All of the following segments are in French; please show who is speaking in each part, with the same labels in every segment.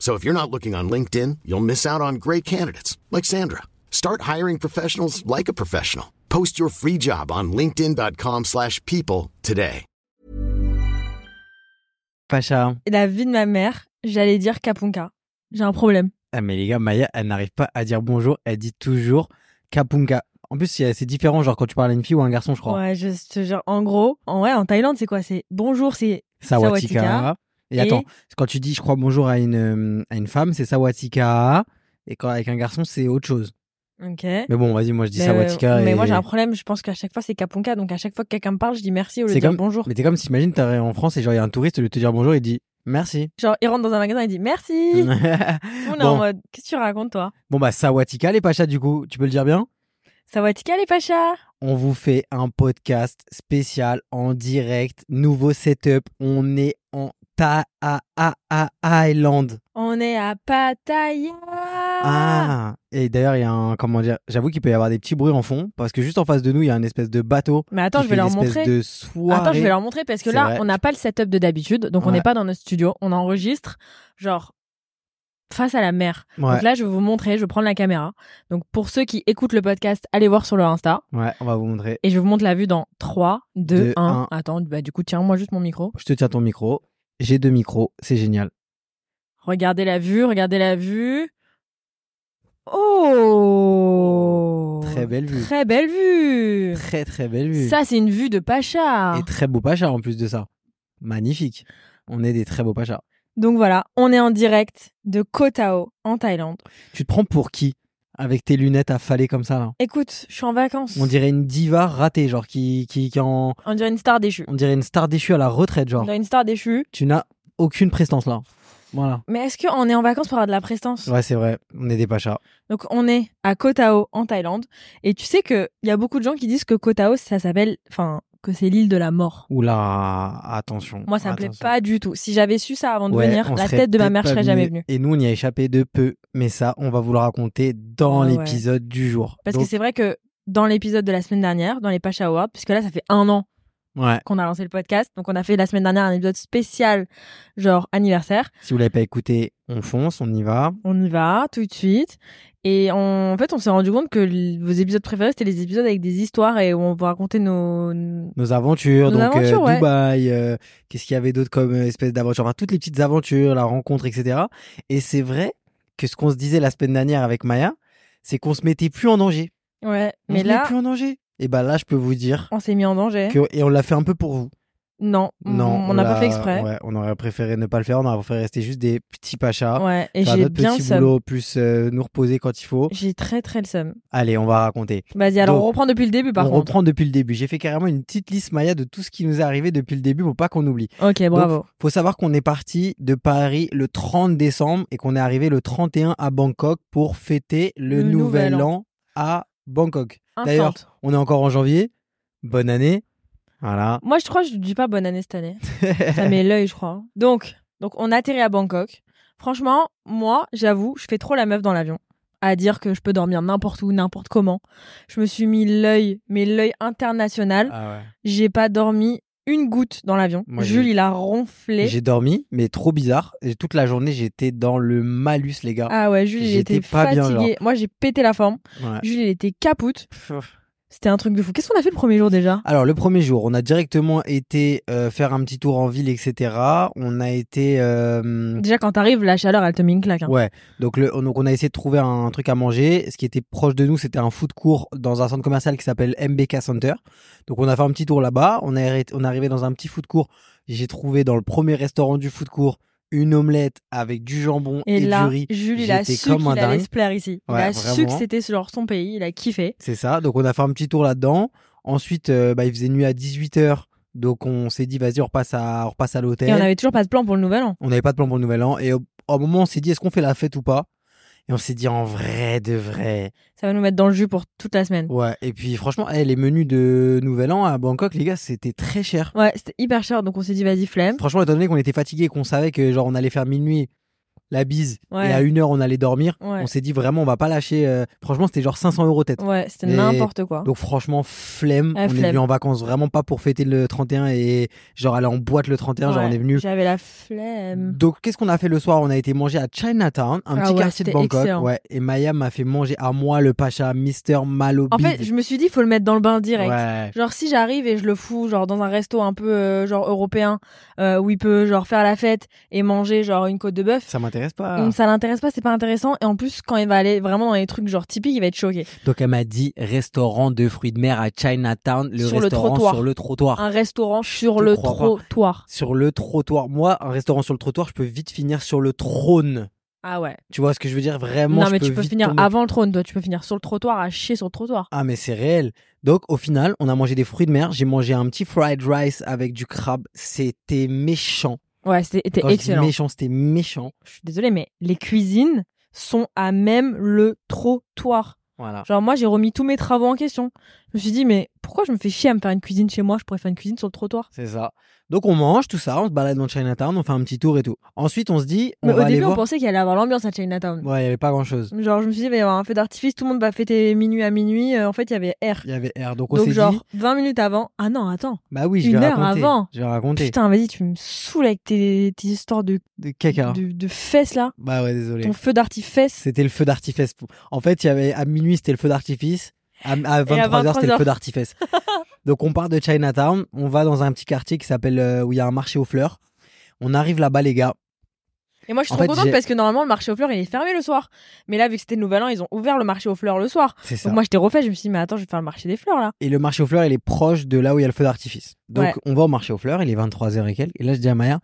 Speaker 1: So if you're not looking on LinkedIn, you'll miss out on great candidates like Sandra. Start hiring professionals like a professional. Post your free job on linkedin.com/people slash people today.
Speaker 2: Pacha.
Speaker 3: La vie de ma mère, j'allais dire Kapunka. J'ai un problème.
Speaker 2: Ah, mais les gars, Maya, elle n'arrive pas à dire bonjour, elle dit toujours Kapunka. En plus, il y a- c'est différent, genre quand tu parles à une fille ou à un garçon, je crois.
Speaker 3: Ouais, je te jure, en gros, en, ouais, en Thaïlande, c'est quoi C'est bonjour, c'est.
Speaker 2: Sawatika.
Speaker 3: Sawatika.
Speaker 2: Et, attends, quand tu dis je crois bonjour à une, euh, à une femme, c'est Sawatika. Et quand avec un garçon, c'est autre chose.
Speaker 3: Ok.
Speaker 2: Mais bon, vas-y, moi je dis
Speaker 3: Mais,
Speaker 2: Sawatika.
Speaker 3: euh, mais
Speaker 2: et-
Speaker 3: moi j'ai un problème, je pense qu'à chaque fois c'est Kapunka, donc à chaque fois que quelqu'un me parle, je dis merci au lieu de
Speaker 2: C'est
Speaker 3: dire
Speaker 2: comme-
Speaker 3: bonjour.
Speaker 2: Mais t'es comme si, imagine, t'es en France et genre il y a un touriste, au lieu de te dire bonjour, il dit merci.
Speaker 3: Genre, il rentre dans un magasin et dit merci. On est en
Speaker 2: Mm. bon.
Speaker 3: mode, qu'est-ce que tu racontes toi
Speaker 2: bon, bah Sawatika, les Pachas, du coup, tu peux le dire bien
Speaker 3: Sawatika les pachas
Speaker 2: on vous fait un podcast spécial en direct, nouveau setup. On est en ta à à à Island.
Speaker 3: On est à Pattaya
Speaker 2: Ah. Et d'ailleurs, il y a un comment dire, j'avoue qu'il peut y avoir des petits bruits en fond parce que juste en face de nous, il y a un espèce de bateau.
Speaker 3: Mais attends,
Speaker 2: qui
Speaker 3: je
Speaker 2: fait
Speaker 3: vais leur
Speaker 2: une espèce
Speaker 3: montrer.
Speaker 2: De soirée.
Speaker 3: Attends, je vais leur montrer parce que
Speaker 2: C'est
Speaker 3: là,
Speaker 2: vrai.
Speaker 3: on n'a pas le setup de d'habitude, donc on
Speaker 2: Ouais.
Speaker 3: n'est pas dans notre studio, on enregistre genre face à la mer.
Speaker 2: Ouais,
Speaker 3: Donc là, je vais vous montrer, je prends la caméra. Donc pour ceux qui écoutent le podcast, allez voir sur leur Insta
Speaker 2: ouais, on va vous montrer.
Speaker 3: et je vous montre la vue dans 3 2
Speaker 2: Deux,
Speaker 3: 1.
Speaker 2: un.
Speaker 3: Attends, bah du coup, tiens, moi juste mon micro.
Speaker 2: Je te tiens ton micro. J'ai deux micros, c'est génial.
Speaker 3: Regardez la vue, regardez la vue. Oh
Speaker 2: Très belle vue.
Speaker 3: Très belle vue.
Speaker 2: Très très belle vue.
Speaker 3: Euh, Ça, c'est une vue de Pacha.
Speaker 2: Et très beau pacha en plus de ça. Magnifique. On est des très beaux pachas.
Speaker 3: Donc voilà, on est en direct de Koh Tao en Thaïlande.
Speaker 2: Tu te prends pour qui avec tes lunettes affalées comme ça là
Speaker 3: Écoute, je suis en vacances.
Speaker 2: On dirait une diva ratée, genre qui, qui, qui en.
Speaker 3: On dirait une star déchue.
Speaker 2: On dirait une star déchue à la retraite,
Speaker 3: On
Speaker 2: genre.
Speaker 3: dirait une star déchue.
Speaker 2: Tu n'as aucune prestance là. Voilà.
Speaker 3: Mais est-ce qu'on est en vacances pour avoir de la prestance
Speaker 2: Ouais, c'est vrai. On est des pachas.
Speaker 3: Donc on est à Koh Tao en Thaïlande. Et tu sais que il y a beaucoup de gens qui disent que Koh Tao, ça s'appelle, enfin, que c'est l'île de la mort.
Speaker 2: Oula, attention.
Speaker 3: Moi, ça me plaît
Speaker 2: Attention.
Speaker 3: pas du tout. Si j'avais su ça avant de
Speaker 2: Ouais,
Speaker 3: venir,
Speaker 2: on
Speaker 3: la
Speaker 2: serait
Speaker 3: tête de ma
Speaker 2: peut-être
Speaker 3: mère
Speaker 2: pas
Speaker 3: serait
Speaker 2: venu.
Speaker 3: jamais venue.
Speaker 2: Et nous, on y a échappé de peu. Mais ça, on va vous le raconter dans
Speaker 3: Ouais, ouais.
Speaker 2: l'épisode du jour.
Speaker 3: Parce
Speaker 2: Donc,
Speaker 3: que c'est vrai que dans l'épisode de la semaine dernière, dans les Pacha Awards, puisque là, ça fait un an
Speaker 2: Ouais.
Speaker 3: qu'on a lancé le podcast. Donc, on a fait la semaine dernière un épisode spécial, genre anniversaire.
Speaker 2: Si vous l'avez pas écouté, on fonce, on y va.
Speaker 3: On y va tout de suite. Et on- en fait, on s'est rendu compte que l- vos épisodes préférés, c'était les épisodes avec des histoires et où on vous racontait nos.
Speaker 2: Nos aventures,
Speaker 3: Nos
Speaker 2: donc euh,
Speaker 3: aventures, ouais.
Speaker 2: Dubaï, euh, qu'est-ce qu'il y avait d'autre comme euh, espèce d'aventure, enfin toutes les petites aventures, la rencontre, etc. Et c'est vrai que ce qu'on se disait la semaine dernière avec Maya, c'est qu'on se mettait plus en danger.
Speaker 3: Ouais,
Speaker 2: On
Speaker 3: mais
Speaker 2: se met
Speaker 3: là,
Speaker 2: plus en danger. Et bah là, je peux vous dire
Speaker 3: on s'est mis en danger.
Speaker 2: que et on l'a fait un peu pour vous.
Speaker 3: Non,
Speaker 2: Non,
Speaker 3: on n'a pas
Speaker 2: l'a-
Speaker 3: fait exprès. Ouais,
Speaker 2: Ouais, on aurait préféré ne pas le faire. On aurait préféré rester juste des petits pachas.
Speaker 3: et
Speaker 2: faire
Speaker 3: j'ai
Speaker 2: notre
Speaker 3: bien le
Speaker 2: petit
Speaker 3: seum.
Speaker 2: boulot, plus euh, nous reposer quand il faut.
Speaker 3: J'ai très très le seum.
Speaker 2: Allez, on va raconter.
Speaker 3: Vas-y, alors
Speaker 2: Donc,
Speaker 3: on reprend depuis le début par
Speaker 2: on
Speaker 3: contre.
Speaker 2: reprend depuis le début. J'ai fait carrément une petite liste Maya de tout ce qui nous est arrivé depuis le début pour pas qu'on oublie.
Speaker 3: Ok, bravo.
Speaker 2: Faut savoir qu'on est parti de Paris le 30 décembre et qu'on est arrivé le 31 à Bangkok pour fêter le,
Speaker 3: Le
Speaker 2: nouvel,
Speaker 3: nouvel
Speaker 2: an. à Bangkok. d'ailleurs-
Speaker 3: Infante.
Speaker 2: On est encore en janvier. Bonne année. Voilà.
Speaker 3: Moi, je crois que je dis pas bonne année cette année. Ça met l'œil, je crois. Donc, donc on atterrit à Bangkok. Franchement, moi, j'avoue, je fais trop la meuf dans l'avion. À dire que je peux dormir n'importe où, n'importe comment. Je me suis mis l'œil, mais l'œil international.
Speaker 2: Ah ouais.
Speaker 3: J'ai pas dormi une goutte dans l'avion.
Speaker 2: Moi, j'ai-
Speaker 3: Jules, il a ronflé.
Speaker 2: J'ai dormi, mais trop bizarre. Et toute la journée, j'étais dans le malus, les gars.
Speaker 3: Ah ouais, Jules, il
Speaker 2: J'étais
Speaker 3: était
Speaker 2: pas bien, Ah.
Speaker 3: fatigué. moi, j'ai pété la forme.
Speaker 2: Ouais.
Speaker 3: Jules, il était capoute. C'était un truc de fou. Qu'est-ce qu'on a fait le premier jour déjà
Speaker 2: Alors, le premier jour, on a directement été euh, faire un petit tour en ville, etc. On a été. euh,
Speaker 3: Déjà, quand t'arrives, la chaleur, elle te met une claque. hein.
Speaker 2: Ouais, donc, le, donc on a essayé de trouver un, truc à manger. Ce qui était proche de nous, c'était un food court dans un centre commercial qui s'appelle MBK Center. Donc on a fait un petit tour là-bas. On est, arrêté- on est arrivé dans un petit food court. J'ai trouvé dans le premier restaurant du food court une omelette avec du jambon et,
Speaker 3: Et là,
Speaker 2: du riz.
Speaker 3: Jules, il a
Speaker 2: J'étais
Speaker 3: su
Speaker 2: comme
Speaker 3: qu'il
Speaker 2: un
Speaker 3: allait
Speaker 2: dingue.
Speaker 3: se plaire ici. il
Speaker 2: Ouais,
Speaker 3: a su que
Speaker 2: vraiment.
Speaker 3: c'était genre son pays, il a kiffé.
Speaker 2: C'est ça. Donc on a fait un petit tour là-dedans. Ensuite, euh, bah, il faisait nuit à 18h. Donc on s'est dit, vas-y, on repasse à, on repasse à l'hôtel.
Speaker 3: Et on avait toujours pas de plan pour le nouvel an.
Speaker 2: On n'avait pas de plan pour le nouvel an. Et au, au moment, on s'est dit, est-ce qu'on fait la fête ou pas Et on s'est dit, en vrai, de vrai.
Speaker 3: Ça va nous mettre dans le jus pour toute la semaine.
Speaker 2: Ouais. Et puis, franchement, eh, les menus de nouvel an à Bangkok, les gars, c'était très cher.
Speaker 3: Ouais, c'était hyper cher, donc on s'est dit vas-y flemme.
Speaker 2: Franchement, étant donné qu'on était fatigué, qu'on savait que genre on allait faire minuit la bise
Speaker 3: Ouais.
Speaker 2: et à une heure on allait dormir,
Speaker 3: Ouais.
Speaker 2: on s'est dit vraiment on va pas lâcher. euh, Franchement, c'était genre 500 euros tête.
Speaker 3: Ouais, c'était
Speaker 2: Mais-
Speaker 3: n'importe quoi.
Speaker 2: Donc franchement, flemme.
Speaker 3: Ah,
Speaker 2: on est
Speaker 3: flemme.
Speaker 2: venu en vacances vraiment pas pour fêter le 31 et genre aller en boîte le 31. Genre
Speaker 3: Ouais,
Speaker 2: on est venu. Mm.
Speaker 3: J'avais la flemme.
Speaker 2: Donc qu'est-ce qu'on a fait le soir On a été manger à Chinatown, un
Speaker 3: Ah
Speaker 2: petit
Speaker 3: ouais,
Speaker 2: quartier de
Speaker 3: c'était
Speaker 2: Bangkok.
Speaker 3: excellent.
Speaker 2: Ouais. Et Maya m'a fait manger à moi le pacha, Mister Malobid.
Speaker 3: En fait, je me suis dit faut le mettre dans le bain direct.
Speaker 2: Ouais.
Speaker 3: Genre si j'arrive et je le fous genre dans un resto un peu euh, genre européen euh, où il peut genre faire la fête et manger genre une côte de bœuf.
Speaker 2: Ça m'intéresse pas.
Speaker 3: Donc, Ça l'intéresse pas, c'est pas intéressant. Et en plus, quand il va aller vraiment dans les trucs genre typiques, il va être choqué.
Speaker 2: Donc elle m'a dit restaurant de fruits de mer à Chinatown, le
Speaker 3: Sur le
Speaker 2: restaurant
Speaker 3: trottoir. Ah.
Speaker 2: sur le trottoir.
Speaker 3: Un restaurant sur
Speaker 2: Oh. te
Speaker 3: le
Speaker 2: crois pas.
Speaker 3: trottoir.
Speaker 2: Sur le trottoir. Moi, un restaurant sur le trottoir, je peux vite finir sur le trône.
Speaker 3: Ah ouais.
Speaker 2: Tu vois ce que je veux dire Vraiment,
Speaker 3: non mais
Speaker 2: je
Speaker 3: tu peux
Speaker 2: vite
Speaker 3: finir
Speaker 2: tomber-
Speaker 3: avant le trône, toi. Tu peux finir sur le trottoir à chier sur le trottoir.
Speaker 2: Ah mais c'est réel. Donc au final, on a mangé des fruits de mer. J'ai mangé un petit fried rice avec du crabe. C'était méchant.
Speaker 3: Ouais, c'était
Speaker 2: Quand je dis
Speaker 3: excellent.
Speaker 2: méchant, c'était méchant.
Speaker 3: je suis désolée, mais les cuisines sont à même le trottoir.
Speaker 2: Voilà.
Speaker 3: Genre, moi, j'ai remis tous mes travaux en question. Je me suis dit, mais pourquoi je me fais chier à me faire une cuisine chez moi Je pourrais faire une cuisine sur le trottoir.
Speaker 2: C'est ça. Donc on mange tout ça, on se balade dans Chinatown, on fait un petit tour et tout. Ensuite, on se dit, on
Speaker 3: Mais
Speaker 2: va
Speaker 3: au
Speaker 2: aller
Speaker 3: début, on
Speaker 2: voir.
Speaker 3: pensait qu'il allait avoir l'ambiance à Chinatown.
Speaker 2: Ouais, il y avait pas grand chose.
Speaker 3: Genre, je me suis dit, il va y avoir un feu d'artifice, tout le monde va fêter minuit à minuit. Euh, en fait, il y avait R.
Speaker 2: Il y avait air. Donc on
Speaker 3: Donc,
Speaker 2: s'est
Speaker 3: genre,
Speaker 2: dit,
Speaker 3: 20 minutes avant. Ah non, attends.
Speaker 2: bah oui, je
Speaker 3: une
Speaker 2: vais
Speaker 3: heure
Speaker 2: raconter.
Speaker 3: avant.
Speaker 2: Je vais raconter.
Speaker 3: Putain, vas-y, tu me saoules avec tes, tes histoires de,
Speaker 2: De caca.
Speaker 3: de, de fesses là.
Speaker 2: Bah ouais, désolé.
Speaker 3: Ton feu d'artifice.
Speaker 2: C'était le feu d'artifice. En fait, il y avait à minuit, c'était le feu d'artifice. À, 23h, c'était le
Speaker 3: 23h.
Speaker 2: feu d'artifice. Donc, on part de Chinatown. On va dans un petit quartier qui s'appelle euh, où il y a un marché aux fleurs. On arrive là-bas, les gars.
Speaker 3: Et moi, je suis
Speaker 2: En
Speaker 3: trop
Speaker 2: fait,
Speaker 3: contente
Speaker 2: j'ai-
Speaker 3: parce que normalement, le marché aux fleurs, il est fermé le soir. Mais là, vu que c'était le nouvel an, ils ont ouvert le marché aux fleurs le soir.
Speaker 2: C'est ça.
Speaker 3: Donc moi j'étais refait, je me suis dit mais attends, je vais faire le marché des fleurs là.
Speaker 2: Et le marché aux fleurs, il est proche de là où il y a le feu d'artifice. Donc,
Speaker 3: Ouais.
Speaker 2: on va au marché aux fleurs. Il est 23h et quelques. Et là, je dis à Maya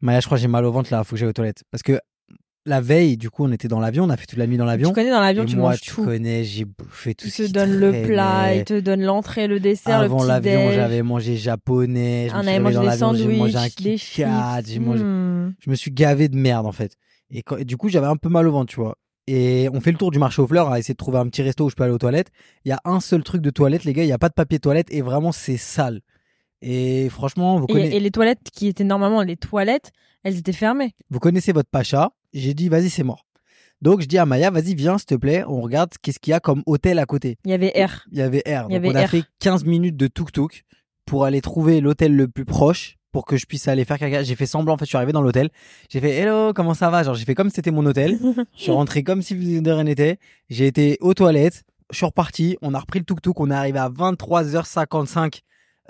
Speaker 2: Maya, je crois que j'ai mal au ventre là. Faut que j'aille aux toilettes. Parce que la veille, du coup, on était dans l'avion. On a fait toute la nuit dans l'avion.
Speaker 3: Tu connais dans l'avion,
Speaker 2: Et
Speaker 3: Ah, tu
Speaker 2: moi,
Speaker 3: manges
Speaker 2: tu
Speaker 3: tout.
Speaker 2: connais, j'ai bouffé tout
Speaker 3: Ils
Speaker 2: ce
Speaker 3: te
Speaker 2: qui
Speaker 3: donnent le
Speaker 2: traînait.
Speaker 3: plat, ils te donnent l'entrée, le dessert,
Speaker 2: Avant
Speaker 3: le petit
Speaker 2: l'avion,
Speaker 3: déj. Ah,
Speaker 2: j'avais mangé japonais. Je
Speaker 3: On
Speaker 2: me suis
Speaker 3: avait
Speaker 2: réveillé
Speaker 3: mangé
Speaker 2: dans
Speaker 3: des
Speaker 2: l'avion, j'ai mangé un
Speaker 3: sandwichs, des
Speaker 2: Kit Kat,
Speaker 3: chips.
Speaker 2: j'ai mangé-
Speaker 3: Hmm.
Speaker 2: Je me suis gavé de merde en fait. Et, quand- et du coup, j'avais un peu mal au ventre, tu vois. Et on fait le tour du marché aux fleurs à essayer de trouver un petit resto où je peux aller aux toilettes. Il y a un seul truc de toilette, les gars. Il n'y a pas de papier toilette et vraiment c'est sale. Et franchement, vous,
Speaker 3: Et,
Speaker 2: connaissez,
Speaker 3: et les toilettes qui étaient normalement les toilettes, elles étaient fermées.
Speaker 2: vous connaissez votre pacha. J'ai dit, vas-y, c'est mort. Donc je dis à Maya, vas-y, viens, s'il te plaît. On regarde qu'est-ce qu'il y a comme hôtel à côté.
Speaker 3: Il y avait R.
Speaker 2: Il y avait R.
Speaker 3: Il y
Speaker 2: Donc,
Speaker 3: avait
Speaker 2: on a
Speaker 3: R.
Speaker 2: fait 15 minutes de tuk-tuk pour aller trouver l'hôtel le plus proche pour que je puisse aller faire caca. J'ai fait semblant, en fait, je suis arrivé dans l'hôtel. J'ai fait hello, comment ça va Genre, j'ai fait comme si c'était mon hôtel. je suis rentré comme si de rien n'était. J'ai été aux toilettes. Je suis reparti. On a repris le tuk-tuk. On est arrivé à 23h55.